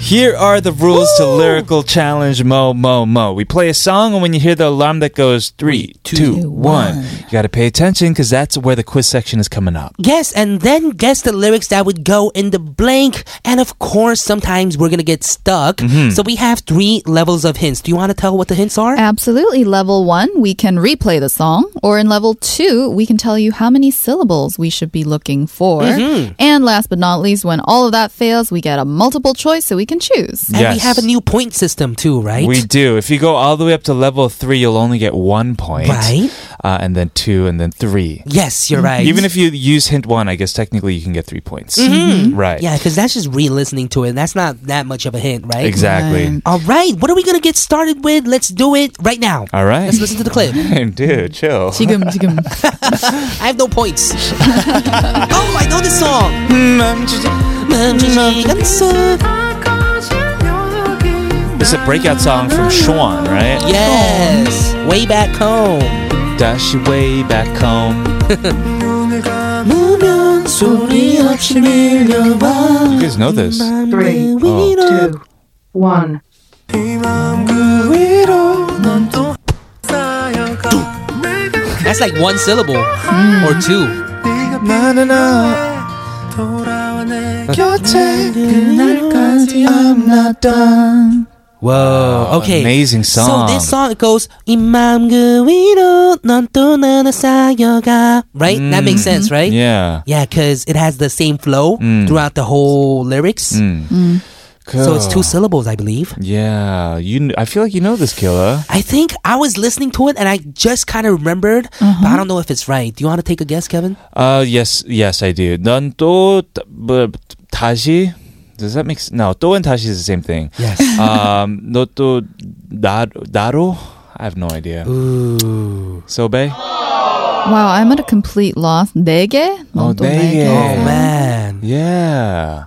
B: Here are the rules to lyrical challenge Mo Mo Mo. We play a song, and when you hear the alarm that goes three, two, one,
D: two,
B: you got to pay attention because that's where the quiz section is coming up.
A: Yes, and then guess the lyrics that would go in the blank. And of course, sometimes we're gonna get stuck.
B: Mm-hmm.
A: So we have three levels of hints. Do you want to tell what the hints are?
D: Absolutely. Level one, we can replay the song. Or in level two, we can tell you how many syllables we should be looking for.
B: Mm-hmm.
D: And last but not least, when all of that fails, we get a multiple choice so we can choose.
A: And we have a new point system too, right?
B: We do. If you go all the way up to level three, you'll only get one point.
A: Right.
B: Uh, and then two, and then three.
A: yes, you're right.
B: Mm-hmm. Even if you use hint one, I guess technically you can get three points. Right.
A: Mm-hmm. yeah, because that's just re-listening to it. That's not that much of a hint, right?
B: Exactly.
D: Right.
A: All right, what are we gonna get started with? Let's do it right now.
B: All right.
A: Let's listen to the
B: (laughs)
A: clip.
B: Dude, chill.
D: 지금, 지금.
A: I have no points. (laughs) oh, I know this song.
B: Mm-hmm.
A: Mm-hmm.
B: This is a breakout song from Sean, right?
A: Yes, way back home.
B: Dashi way back
A: (laughs)
B: home. You guys know this.
H: Three,
A: Oh.
H: two, one.
A: That's like one syllable or two. Whoa. Okay.
B: Amazing song.
A: So this song it goes 이맘 그 위로 넌또 나를 쌓여가. Right? That makes sense, right?
B: Mm-hmm. Yeah. Mm.
A: Yeah, because it has the same flow throughout the whole lyrics. So it's two syllables, I believe.
B: Yeah. You. kn- I feel like you know this, Killa.
A: I think I was listening to it and I just kind of remembered, but I don't know if it's right. Do you want to take a guess, Kevin?
B: Uh, yes, yes, I do. 난또 다시. Does that make s- no? 또 and 다시 is the same thing.
A: Yes.
B: (laughs) um, 너또 나로? I have no idea. Ooh. Sobe?
D: (laughs) Wow, I'm at a complete loss. 네 개?
B: 어,
D: 또
B: 네 개.
A: Oh man.
B: Yeah.
D: 개.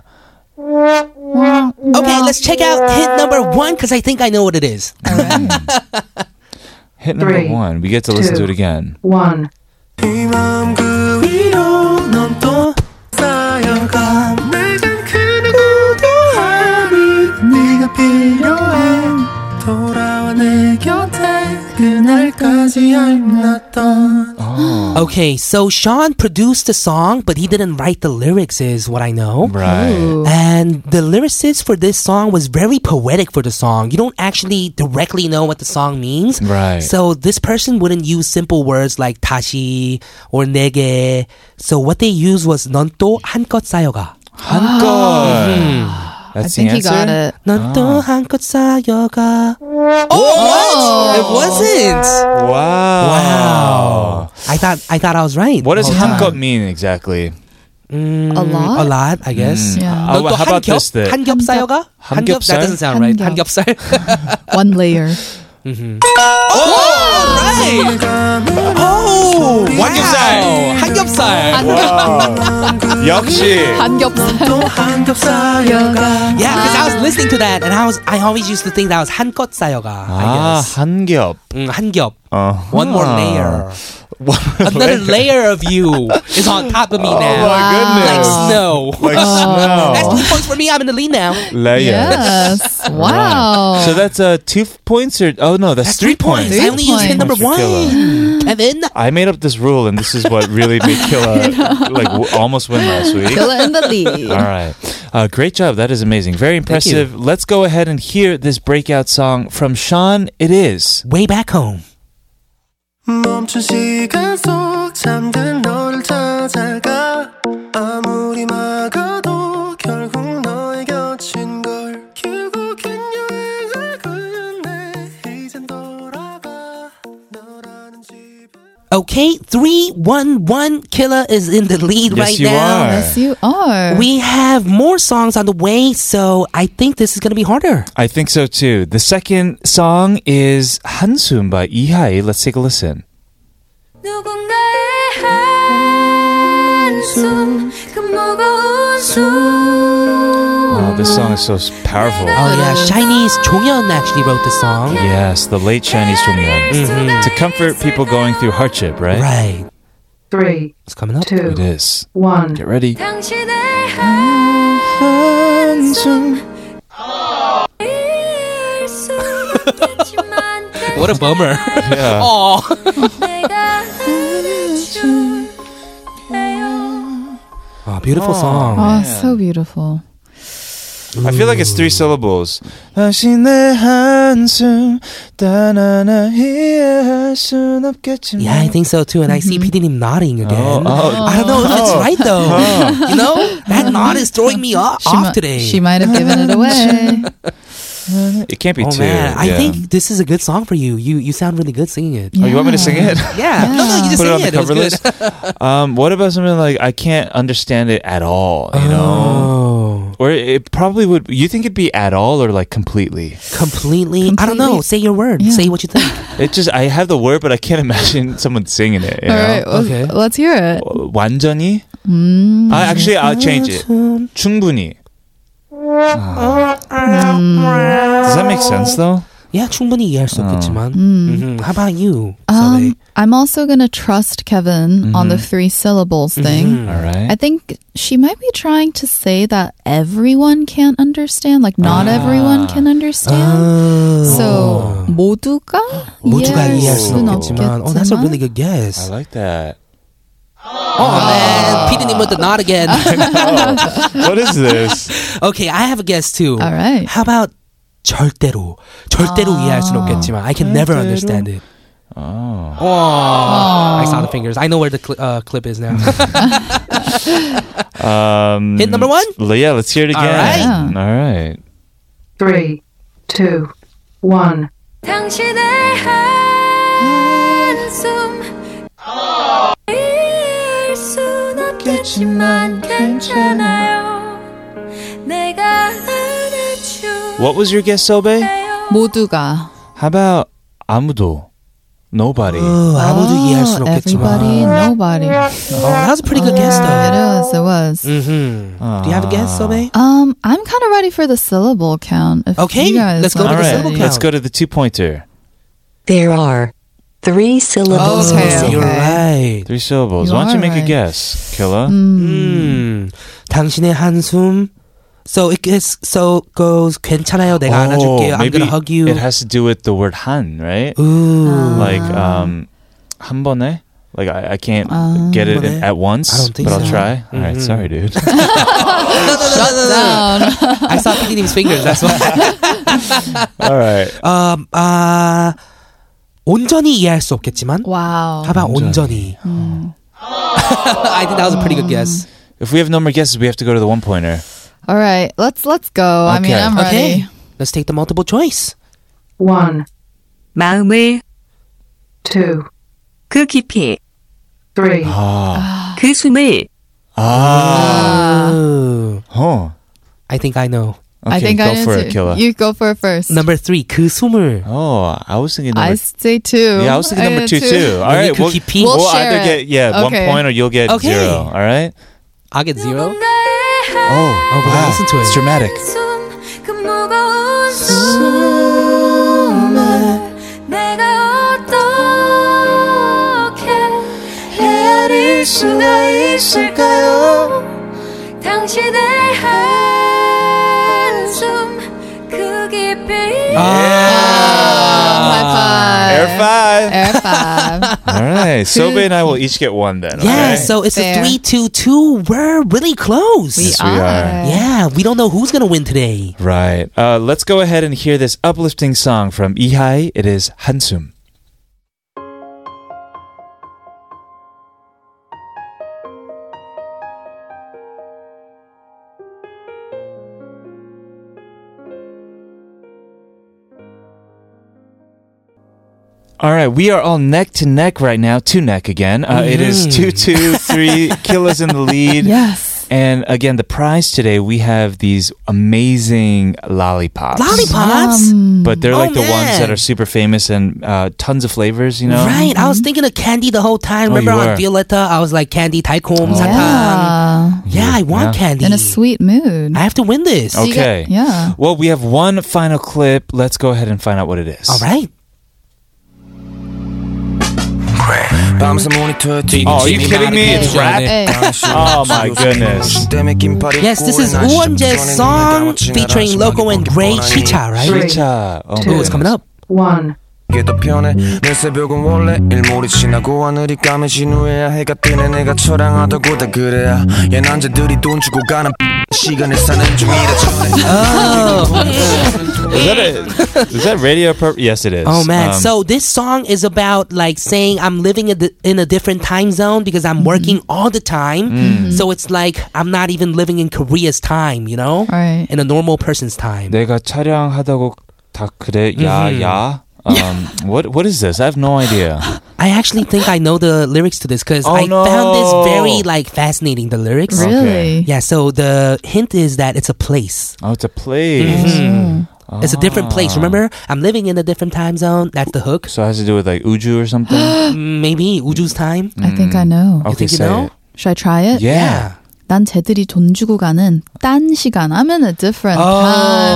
A: Okay, let's check out hit number one because I think I know what it is.
B: Hit number
H: Three,
B: one. We get to listen to
H: two.
B: it again.
H: one.
F: 이 마음 그 위로 넌 또 쌓여가 내겐 그는 고요함이 네가 필요해 돌아와 내 곁에 그날까지 알났던
A: Okay, so Sean produced the song, but he didn't write the lyrics, is what I know.
B: Right.
A: And the lyricist for this song was very poetic for the song. You don't actually directly know what the song means.
B: Right.
A: So this person wouldn't use simple words like 다시 or 내게. So what they used was 넌또 한껏 쌓여가. hmm.
B: Hanko. That's
D: I think
B: the
D: he
B: answer.
D: got it.
A: 넌또 한껏 쌓여가. Oh, what? It wasn't.
B: Wow. Wow.
A: I thought I thought I was right.
B: What does
A: the whole
B: hanko
A: time.
B: mean exactly?
D: A
B: Mm,
D: lot?
A: A lot, I guess.
D: Yeah.
B: Uh,
A: 넌또
B: how about
A: 한겹?
B: this? That
A: 한겹 쌓여가? 한겹? That
B: 한겹살?
A: doesn't sound right.
D: 한겹.
A: 한겹살?
D: One
B: (laughs)
D: layer.
A: Oh, wow.
B: 한겹살.
A: 한겹살. Um,
B: 역시.
D: 한겹살.
F: 한겹 쌓여가
A: Yeah, because I was listening to that, and I was I always used to think that was 한껏 쌓여가.
B: 아,
A: I guess.
B: 한겹.
A: 음, 한겹.
B: Uh,
A: One more
B: (laughs)
A: layer. Another layer of you is on top
B: Oh
A: of me now. Like
B: goodness.
A: snow.
B: Like
A: That's
B: snow.
A: two points for me. I'm in the lead now.
B: Layer.
D: Yes. Wow.
B: So that's uh, two f- points or oh no, that's, three, points.
A: I
D: Three
A: only used hit
D: points.
A: number
B: Mr.
A: one. Kevin.
B: I made up this rule, and this is what really made
A: (laughs)
B: Killa like w- almost win last week.
D: Killa in the
B: (laughs)
D: lead.
B: All right, uh, great job. That is amazing. Very impressive. Let's go ahead and hear this breakout song from Sean. It is.
A: Way back home.
F: 멈춘 시간 속 잠든 너를 찾아가 아무리 막아도 결국 너의 곁인 걸 결국엔 여행을 끝내 이젠 돌아가 너라는 집에
A: Okay, three, one, one. Killer is in the lead
B: Yes,
A: right
B: you
A: now.
B: are.
D: Yes, you are.
A: We have more songs on the way, so I think this is gonna be harder.
B: I think so too. The second song is Hansum by Ihai. Let's take a listen.
C: 누군가의 한숨 그 무거운 숨
B: Oh, this song is so s- powerful.
A: Oh yeah, Chinese Chongyeon actually wrote the song.
B: Yes, the late Chinese Jonghyun.
A: Mm-hmm.
B: To comfort people going through hardship, right?
A: Right.
H: Three,
A: It's coming up.
H: two,
B: It is.
H: one.
B: Get ready.
C: 당신의 한숨 없겠지만
A: What a bummer.
C: (laughs)
B: Yeah. (laughs)
A: Aw.
C: 내가 안아줄게요
A: Oh, beautiful song.
D: Oh, so beautiful.
B: I feel like it's three syllables. 당신의 한숨 따나나 이해할 순 없겠지만.
A: Yeah, I think so too. And I see PD Nim nodding again.
B: Oh, oh.
A: I don't know if it's right though. You know, that nod is throwing me off,
D: She,
A: off
D: mi-
A: today.
D: she might have given it
B: (laughs)
D: away.
B: It can't be
A: oh
B: two.
A: man, I
B: yeah.
A: think this is a good song for you. You you sound really good singing it.
B: Oh, you want me to sing it? (laughs)
A: Yeah. No, no, you just
B: Put it
A: sang
B: on
A: it. It
B: the
A: was
B: cover
A: good. (laughs)
B: list. um, what about something like I can't understand it at all? You know,
A: Oh,
B: or it probably would. You think it'd be at all or like completely?
A: completely. I don't know.
D: Completely.
A: Say your word.
D: Yeah.
A: Say what you (laughs) think.
B: It just I have the word, but I can't (laughs) imagine someone singing it. You
D: All
B: know?
D: right. Well,
A: Okay.
D: Let's hear it. Mm.
B: 완전히. I actually I'll change it. 충분히. Does that make sense though?
A: Yeah, 충분히 이해할 수 없겠지만. Mhm. How about you?
D: Um,
A: Soleil?
D: I'm also going to trust Kevin on the
A: Mm-hmm.
D: three syllables thing.
B: All right.
D: I think she might be trying to say that everyone can't understand, like not
A: Ah.
D: everyone can understand. So
A: (gasps)
D: 모두가
A: Oh. 모두가
D: 이해할
A: 이해할 수는
D: 순
A: 없겠지만. Oh, that's a really good
B: I
A: guess.
B: like that.
A: Oh
B: Ah.
A: man, PD님 with the nod again. (laughs)
B: Oh, what is this?
A: okay, I have a guess too.
D: All right.
A: How about 절대로 절대로
D: 아.
A: 이해할 수는 없겠지만 I can never understand it.
B: 아.
A: Oh.
D: 아.
A: I saw the fingers. I know where the cli uh, clip is now.
B: Um,
A: Hit number one?
B: l- Yeah, let's hear it
A: All
B: again. All right.
H: Three, two, one.
C: 당신의 한숨 이해할 순 없겠지만 괜찮아요 내가 안아줄게요
B: What was your guess, Sobe?
D: 모두가
B: How about 아무도? Nobody.
A: 어, 아무도 이해할
D: Oh,
A: 순 없겠지만.
D: Everybody, nobody.
A: Oh, that was a pretty good guess,
D: It
A: though.
D: was. It was.
A: Mm-hmm.
B: Ah.
A: Do you have a guess, Sobe?
D: Um, I'm kind of ready for the syllable count. if
A: Okay,
D: you guys
A: let's go to
D: want
B: All
A: the
D: to.
B: right,
A: syllable
B: let's
A: count.
B: go to the two pointer.
G: There are three syllables
D: Okay,
G: missing.
A: Oh, You're right.
B: Three syllables.
D: You
B: Why don't you
D: are
B: make a
D: right.
B: guess, Killa?
A: Mm,
D: Mm.
A: 음, 당신의 한숨. So it gets, so goes. 괜찮아요. 내가 안아줄게요. I'm
B: Oh, maybe
A: gonna hug you.
B: It has to do with the word han, right?
D: 아.
A: Ooh.
B: Like um, 한 번에. Like I, I can't get it in,
A: 번에?
B: at once,
A: I don't think
B: but I'll
A: so. Mm-hmm.
B: try. All right, sorry,
A: (laughs)
B: dude.
A: I saw PD님's fingers. That's why.
B: All right.
A: (laughs) um, 아 온전히 이해할 수 없겠지만.
D: Wow.
A: How about 온전히? (laughs) I think that was a pretty good guess.
B: If we have no more guesses, we have to go to the one pointer.
D: All right, let's let's go. I mean,
B: Okay.
D: I'm
A: Okay,
D: ready.
A: let's take the multiple choice.
H: one,
I: 마음을
H: two,
I: 그 깊이,
H: three,
I: 그 숨을
A: Ooh.
B: Oh,
A: I think I know.
B: okay,
D: I think
B: go
D: I did
B: for
D: too.
B: it, Killa.
D: You go for it first.
A: Number three, 그 숨을.
B: oh, I was thinking number.
D: I say two.
B: yeah, I was thinking number
D: did
B: two too. All
A: Maybe
B: right, we'll,
A: cookie pink.
B: we'll,
D: We'll share
B: either
D: it.
B: get yeah
D: Okay.
B: one point or you'll get
A: Okay.
B: zero. All right.
A: I'll get zero.
B: Oh,
A: Oh, wow. Listen to it.
B: It's dramatic.
C: 숨그 무거운 숨을 내가 어떻게 헤아릴 수가 있을까요 당신의 한숨 그 깊이
D: High
B: Air
D: Ah, five.
B: five.
D: Air
B: (laughs)
D: five.
B: All right, Sobe and I will each get one then. all
A: Yeah,
B: right?
A: so it's a
D: Fair.
A: three-two-two. We're really close.
D: we
B: Yes, we
D: are.
B: are.
A: Yeah, we don't know who's gonna win today.
B: Right. Uh, let's go ahead and hear this uplifting song from Ihai. It is Hansum. All right, we are all neck to neck right now. Two neck again. Uh, it is two, two, three. Killa's in the lead.
D: Yes.
B: And again, the prize today, we have these amazing lollipops.
A: Lollipops?
B: But they're
A: Oh,
B: like the ones
A: man.
B: that are super famous and uh, tons of flavors, you know?
A: Right. I was thinking of candy the whole time.
B: Oh,
A: Remember
B: you
A: on
B: were.
A: Violetta, I was like candy, taikoom, satang.
D: Yeah.
A: Yeah, I want
B: Yeah. Oh.
A: candy.
D: In a sweet mood.
A: I have to win this.
D: So you
B: Okay.
D: get- yeah.
B: Well, we have one final clip. Let's go ahead and find out what it is.
A: All right.
B: Oh, are you kidding me? It's
D: Hey,
B: rap?
D: hey.
B: Oh, (laughs) my goodness.
A: Yes, this is Wonje's song featuring Loco and Ray Chicha, right?
H: Three.
B: Cha. Oh,
A: Ooh, it's coming up.
H: one,
F: 이게 더 편해 내 새벽은 원래 일몰이 지나고 하늘이 까매진 후에야 해가 뜨네 내가 처량하다고 다 그래야 얘 난자들이 돈 주고 가는 시간을 사는 중이라 전에
D: Oh.
B: Is that, a, is that radio appropriate? Yes, it is.
A: Oh man!
B: Um,
A: so this song is about like saying I'm living a di- in a different time zone because I'm working
D: Mm-hmm.
A: all the time.
B: Mm.
A: So it's like I'm not even living in Korea's time, you know, (laughs)
D: Right.
A: in a normal person's time.
B: 내가 촬영하다고 다 그래. 야,
A: Mm-hmm. (laughs)
B: 야. Um, what what is this? I have no idea.
A: I actually think I know the lyrics to this because
B: Oh,
A: I found
B: no.
A: this very like fascinating. The lyrics,
D: Really?
A: yeah. So the hint is that it's a place.
B: Oh, it's a
A: Mm-hmm.
B: place.
D: Mm-hmm.
A: It's a different
B: Ah.
A: place. Remember, I'm living in a different time zone. That's the
B: (gasps)
A: hook.
B: So it has to do with like Uju
A: (gasps)
B: or something? okay,
A: Maybe Uju's time.
D: I think I know.
A: think you
B: say
A: know?
B: it.
D: Should I try it?
B: Mm. Yeah.
D: 난 쟤들이 돈 주고 가는 딴 시간. I'm in a different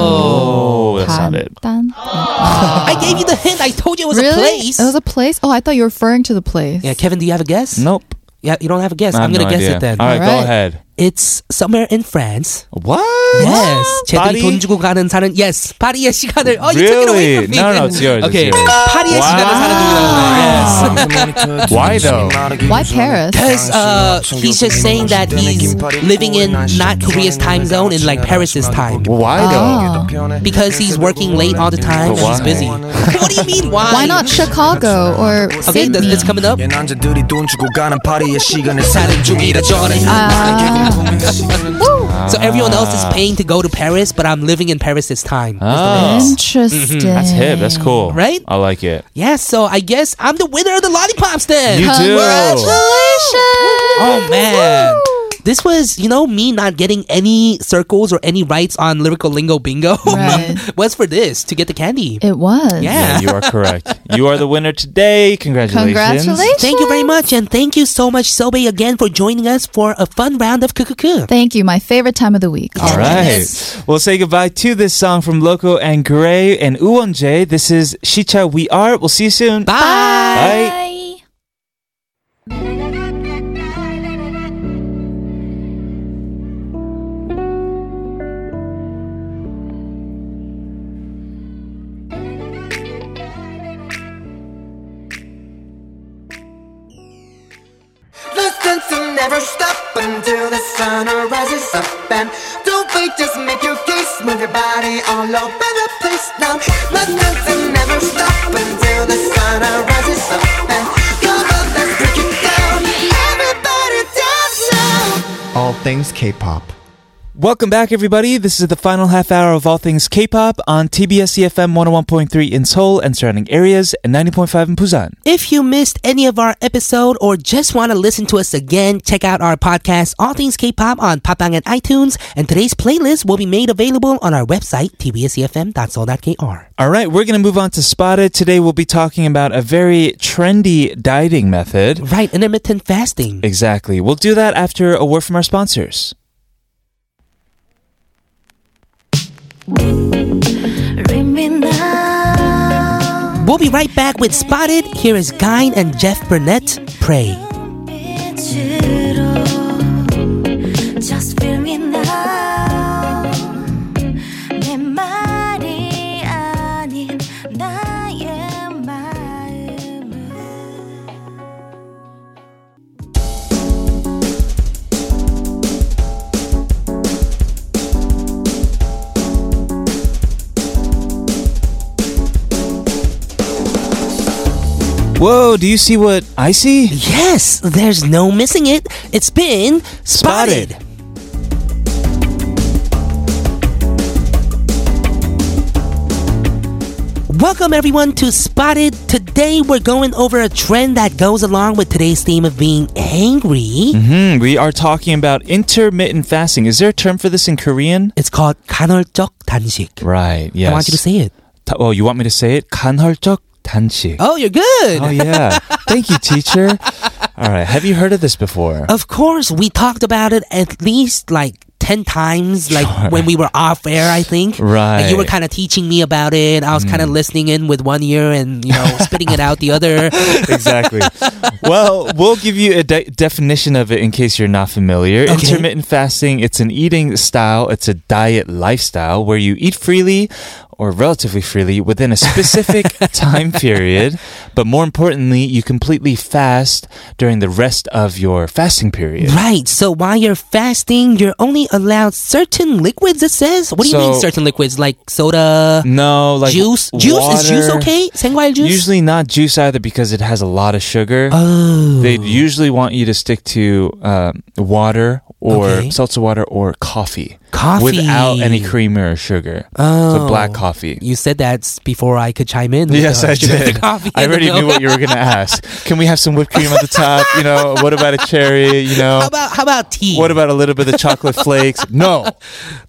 B: Oh, that's
D: time.
B: not it.
D: 딴, 딴,
A: I gave you the hint. I told you it was
D: really?
A: a place.
D: It was a place? Oh, I thought you were referring to the place.
A: yeah, Kevin, do you have a guess?
B: Nope.
A: Yeah, you don't have a guess.
B: I have
A: I'm gonna
B: no
A: guess
B: idea.
A: it then.
B: All right, go
D: Alright.
B: ahead.
A: It's somewhere in France.
B: What?
A: Yes.
B: 파리?
A: 제들이 돈 주고 가는 사는 yes. 파리의 시간을. Oh, you took it away
B: Really?
A: from me.
B: No, no, it's yours.
A: Okay.
B: It's yours.
A: 파리의 시간을 사는 중이라고. Yes. (laughs)
B: Why though?
D: Why Paris?
A: Because uh, he's just saying that he's living in not Korea's time zone in like Paris's time.
B: Why though?
D: Oh.
A: Because he's working late all the time and he's
B: But why?
A: busy. (laughs) what do you mean? Why?
D: Why not Chicago or
A: Okay, th-
D: Sydney?
A: it's coming up.
F: 얘 난자들이 돈 주고 가는 파리의 시간을
A: 사는
F: 사는
A: 중이라
F: 중이라
A: 저래.
F: 전에
A: So everyone else is paying to go to Paris, but I'm living in Paris this time.
B: Oh.
D: Interesting.
B: That's hip. That's cool.
A: Right?
B: I like it.
A: Yeah, so I guess I'm the winner of the lollipops then.
B: You do.
D: Congratulations.
A: Oh man. This was, you know, me not getting any circles or any rights on lyrical lingo bingo (laughs)
D: Right.
A: was for this to get the candy.
D: It was.
A: Yeah.
B: you are correct. You are the winner today. Congratulations.
D: Congratulations.
A: Thank you very much, and thank you so much, Sobe, again for joining us for a fun round of Kukuku.
D: Thank you. My favorite time of the week.
B: All right. We'll say goodbye to this song from Loco and Gray and Uwon Jae. This is Shicha We Are. We'll see you soon.
A: Bye.
B: Bye.
E: The sense will never stop until the sun rises up. And don't wait, just make your case. Move your body all over the place now. The sense will never stop until the sun rises up. And come on, let's break it down. Everybody dance now.
J: All things K-pop.
B: Welcome back, everybody. This is the final half hour of All Things K-Pop on TBS EFM 101.3 in Seoul and surrounding areas and 90.5 in Busan.
A: If you missed any of our episode or just want to listen to us again, check out our podcast, All Things K-Pop, on Papang and iTunes. And today's playlist will be made available on our website, tbscfm.soul.kr.
B: All right, we're going to move on to Spotted. Today, we'll be talking about a very trendy dieting method.
A: Right, intermittent fasting.
B: Exactly. We'll do that after a word from our sponsors.
C: Ring me now.
A: We'll be right back with Spotted. Here is Guy and Jeff Burnett. Pray.
C: 빛으로 Just feel me now. 내 말이 아닌 나의 마음을.
B: Whoa, do you see what I see?
A: Yes, there's no missing it. It's been spotted.
B: Spotted.
A: Welcome everyone to Spotted. Today we're going over a trend that goes along with today's theme of being angry.
B: Hmm, we are talking about intermittent fasting. Is there a term for this in Korean?
A: It's called 간헐적 단식.
B: Right, yes.
A: I want you to say it.
B: Ta- oh, you want me to say it? 간헐적 단식.
A: Oh, you're
B: (laughs)
A: good.
B: Oh, yeah. Thank you, teacher. All right. Have you heard of this before?
A: Of course, we talked about it at least like 10 times, like
B: Sure.
A: when we were off air, I think. Like, you were
B: Right. Mm.
A: kind of teaching me about it. I was kind of listening in with one ear and, you
B: (laughs)
A: know, spitting it out the other.
B: (laughs) exactly. Well, we'll give you a de- definition of it in case you're not familiar.
A: Okay.
B: Intermittent fasting, it's an eating style, it's a diet lifestyle where you eat freely or relatively freely within a specific (laughs) time period, but more importantly, you completely fast during the rest of your fasting period.
A: Right. So while you're fasting, you're only allowed certain liquids, it says. What do you mean
B: So-
A: certain liquids? Like soda,
B: No, like
A: juice? Juice? Is juice
B: water.
A: okay? Sengwal juice?
B: Usually not juice either because it has a lot of sugar.
A: Oh.
B: They usually want you to stick to um, water or
A: Okay.
B: seltzer water or coffee.
A: Coffee.
B: Without any creamer or sugar.
A: Oh.
B: So black coffee.
A: You said that s- before I could chime in. with the sugar and the (laughs) coffee
B: I
A: and the
B: already knew
A: milk.
B: what you were going to ask. Can we have some whipped cream on the top? You know, what about a cherry? You
A: How
B: know,
A: about how about tea?
B: what about a little bit of chocolate flakes? No.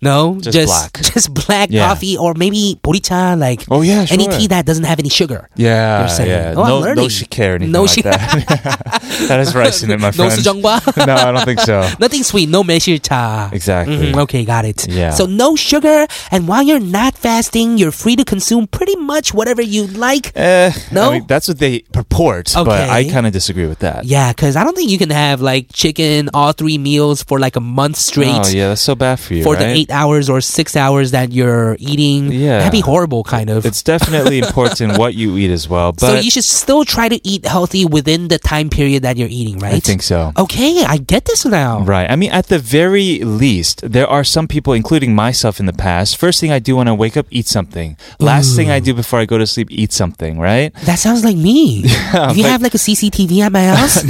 A: No,
B: Just
A: just (laughs) just black,
B: black. Yeah.
A: coffee or maybe boricha, like
B: Oh, yeah,
A: any
B: sure.
A: tea that doesn't have any sugar.
B: Yeah.
A: You're saying.
B: Yeah.
A: Oh, I'm
B: no, no
A: learning.
B: shikare or anything
A: No
B: like
A: shik-
B: that. that (laughs) is rice in it, my
A: (laughs) no
B: friend.
A: sujangwa.
B: (laughs) no, I don't think so.
A: Nothing sweet, no measure cha.
B: Exactly.
A: Mhm, okay, got it.
B: Yeah.
A: So no sugar, and while you're not fasting, you're free to consume pretty much whatever you like.
B: Eh,
A: No?
B: I mean, that's what they purport, but
A: Okay.
B: I kind of disagree with that.
A: Yeah, because I don't think you can have like chicken all three meals for like a month straight.
B: Oh, yeah, that's so bad for you.
A: For the
B: right?
A: eight hours or six hours that you're eating,
B: Yeah.
A: that'd be horrible, kind of.
B: It's definitely
A: (laughs)
B: important what you eat as well,
A: so
B: but
A: you should still try to eat healthy within the time period that you're eating, right? Oh.
B: I think so.
A: Okay, I get this now.
B: Right. I mean, at the very least, there are some people, including myself in the past, first thing I do when I wake up, eat something. Last thing I do before I go to sleep, eat something, right?
A: That sounds like
B: (laughs)
A: me. if you
B: but-
A: have like a CCTV at my
B: (laughs)
A: house,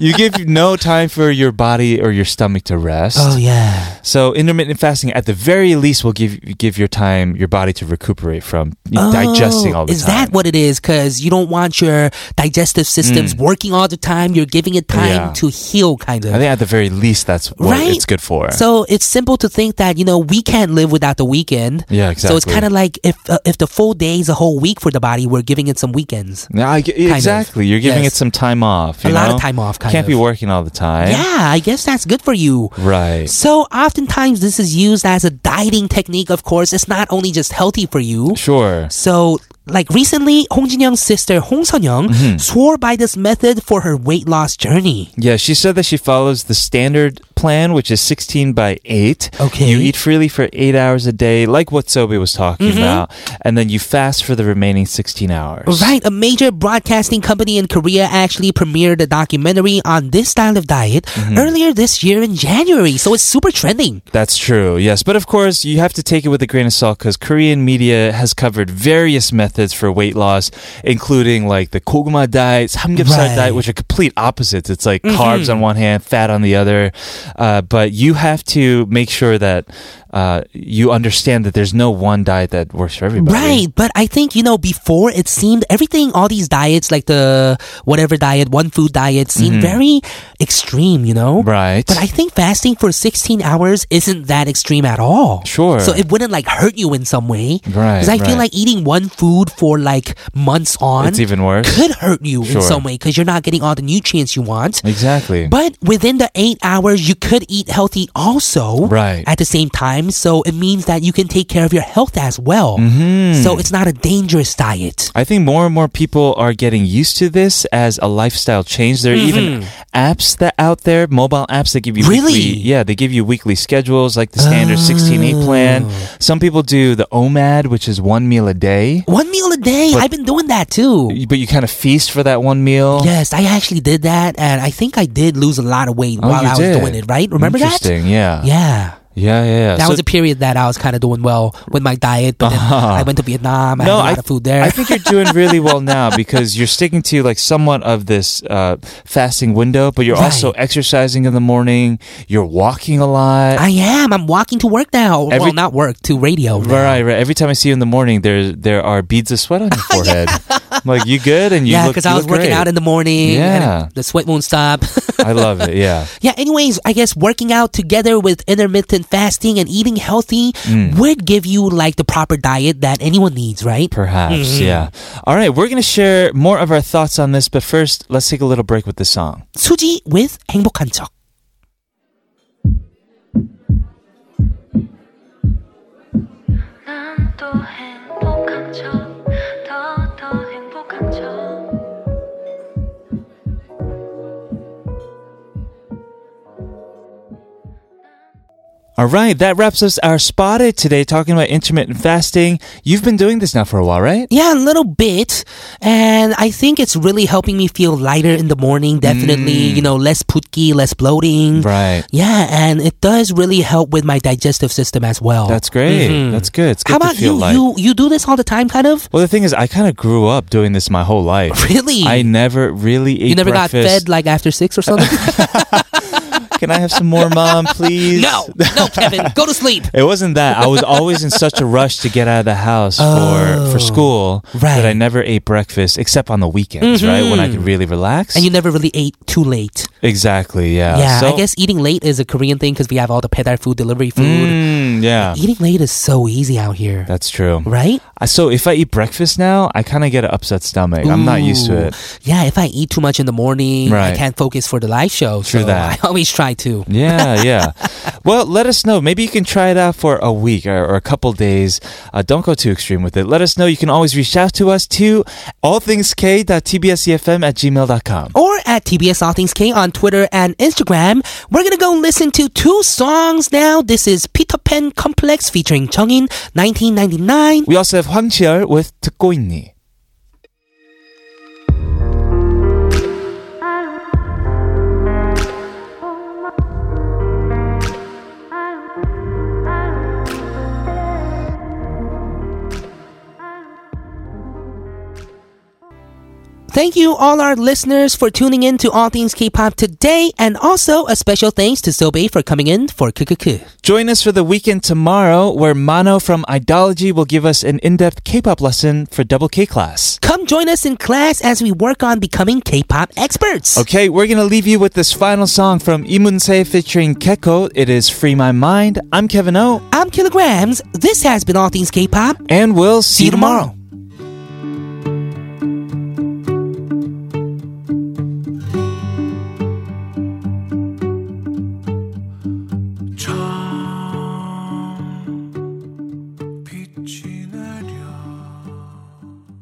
B: you give no time for your body or your stomach to rest.
A: oh yeah,
B: So intermittent fasting, at the very least, will give give your time, your body to recuperate from digesting
A: Oh,
B: all the
A: is
B: time.
A: that what it is? Because you don't want your digestive systems working all the time. You're giving it time
B: Mm. Yeah.
A: to heal, kind of.
B: I think at the very very least, that's what
A: Right?
B: it's good for.
A: So it's simple to think that you know we can't live without the weekend.
B: Yeah,
A: So it's
B: exactly.
A: kind of like if uh, if the full day is a whole week for the body, we're giving it some weekends.
B: Yeah, I, g-
A: of.
B: exactly. You're giving
A: Yes.
B: it some time off.
A: A
B: You
A: lot of
B: know?
A: time off, kind
B: Can't be
A: of.
B: working all the time.
A: Yeah, I guess that's good for you.
B: Right.
A: So oftentimes this is used as a dieting technique. Of course, it's not only just healthy for you.
B: Sure.
A: So, like recently, Hong Jin Young's sister Hong Sun Young swore by this method for her weight loss journey.
B: Yeah, she said that she follows the standard plan, which is 16 by 8.
A: Okay.
B: You eat freely for eight hours a day, like what Sobi was talking
A: Mm-hmm.
B: about, and then you fast for the remaining 16 hours.
A: Right, a major broadcasting company in Korea actually premiered a documentary on this style of diet earlier this year in January. So it's super trending.
B: That's true, yes. But of course, you have to take it with a grain of salt because Korean media has covered various methods for weight loss, including like the koguma diet, samgyeopsal
A: Right. Mm-hmm.
B: diet, which are complete opposites. It's like carbs on one hand, fat on the other. Uh, but you have to make sure that uh, you understand that there's no one diet that works for everybody.
A: Right, but I think, you know, before it seemed everything, all these diets, like the whatever diet, one food diet, seemed very extreme, you know?
B: Right.
A: But I think fasting for 16 hours isn't that extreme at all.
B: Sure.
A: So it wouldn't like hurt you in some way.
B: Right,
A: Because I feel
B: right.
A: like eating one food for like months on
B: It's even worse.
A: could hurt you in
B: Sure.
A: some way because you're not getting all the nutrients you want.
B: exactly.
A: But within the eight hours, you could eat healthy also.
B: Right.
A: At the same time. So it means that you can take care of your health as well.
B: Mm-hmm.
A: So it's not a dangerous diet.
B: I think more and more people are getting used to this as a lifestyle change. There are even apps that out there, mobile apps that give you
A: Mm-hmm. Really?
B: weekly, yeah, they give you weekly schedules like the standard 16-8
A: Oh.
B: plan. Some people do the OMAD, which is one meal a day,
A: One meal a day.
B: But-
A: I've been doing that too.
B: but you kind of feast for that one meal.
A: Yes, I actually did that. And I think I did lose a lot of weight
B: Oh,
A: while
B: you
A: I was
B: did.
A: doing it, right? Remember that?
B: Interesting, yeah.
A: Yeah.
B: Yeah, yeah, yeah.
A: That
B: So-
A: was a period that I was kind of doing well with my diet, but then I went to Vietnam. I had a lot
B: Uh-huh. I-
A: of food there.
B: I think you're doing really well
A: (laughs)
B: now because you're sticking to like somewhat of this uh, fasting window, but you're also
A: Right.
B: exercising in the morning. You're walking a lot.
A: I am. I'm walking to work now.
B: Every-
A: well, not work to radio. now.
B: Right, right. Every time I see you in the morning, there there are beads of sweat on
A: (laughs)
B: your forehead. I'm like you good, and you
A: yeah,
B: look.
A: because I
B: you
A: was
B: look
A: working
B: great.
A: out in the morning.
B: Yeah.
A: and the sweat won't stop.
B: (laughs)
A: (laughs)
B: I love it. Yeah,
A: yeah. Anyways, I guess working out together with intermittent fasting and eating healthy
B: Mm.
A: would give you like the proper diet that anyone needs, right?
B: perhaps.
A: Mm-hmm.
B: Yeah. All right, we're gonna share more of our thoughts on this, but first, let's take a little break with the song.
A: Suji with 행복한 척.
C: 난 또 행복한 척, 더, 더 행복한 척.
B: All right, that wraps us our spotted today, talking about intermittent fasting. You've been doing this now for a while, right?
A: Yeah, a little bit. And I think it's really helping me feel lighter in the morning, definitely. You know, less putki, less bloating.
B: Mm. Right.
A: Yeah, and it does really help with my digestive system as well.
B: That's great. That's good. It's
A: Oh. Mm-hmm.
B: good
A: How
B: to
A: about
B: feel
A: you?
B: light.
A: You you do this all the time kind of?
B: Well, the thing is, I kind of grew up doing this my whole life.
A: Really?
B: I never really ate
A: you never got
B: breakfast.
A: fed like after six or
B: (laughs)
A: something? (laughs)
B: Can I have some more, mom, please?
A: no, no, Kevin, go to sleep.
B: It wasn't that. I was always in such a rush to get out of the house for for school
A: Oh, right. Mm-hmm.
B: that I never ate breakfast except on the weekends, right? When I could really relax.
A: And you never really ate too late.
B: exactly, yeah.
A: yeah,
B: So-
A: I guess eating late is a Korean thing because we have all the pedar food delivery food.
B: Mm, yeah.
A: Eating late is so easy out here,
B: That's true.
A: right?
B: Uh, So if I eat breakfast now, I kind of get an upset stomach. I'm not used to
A: Ooh.
B: it.
A: Yeah, if I eat too much in the morning, I
B: Right.
A: can't focus for the live show.
B: True
A: so (laughs)
B: that.
A: I always try to.
B: Yeah,
A: (laughs)
B: yeah. well, let us know. Maybe you can try it out for a week or, or a couple days. Uh, don't go too extreme with it. Let us know. You can always reach out to us to allthingsk.tbscfm E at gmail.com.
A: Or at TBS All Things K on Twitter and Instagram. We're gonna go listen to two songs now. This is Peter Pan Complex featuring Chungin, 1999.
B: We also have Hwang Chiel with 듣고 있니.
A: Thank you, all our listeners, for tuning in to All Things K-pop today, and also a special thanks to Sobe for coming in for Kukuku.
B: Join us for the weekend tomorrow where Mano from Idology will give us an in depth K pop lesson for double K class.
A: Come join us in class as we work on becoming K-pop experts.
B: Okay, we're gonna leave you with this final song from Imunse featuring Keko. It is Free My Mind. I'm Kevin O,
A: I'm Kilograms. This has been All Things K-pop.
B: and we'll see,
A: See you tomorrow.
E: 처음 빛이 내려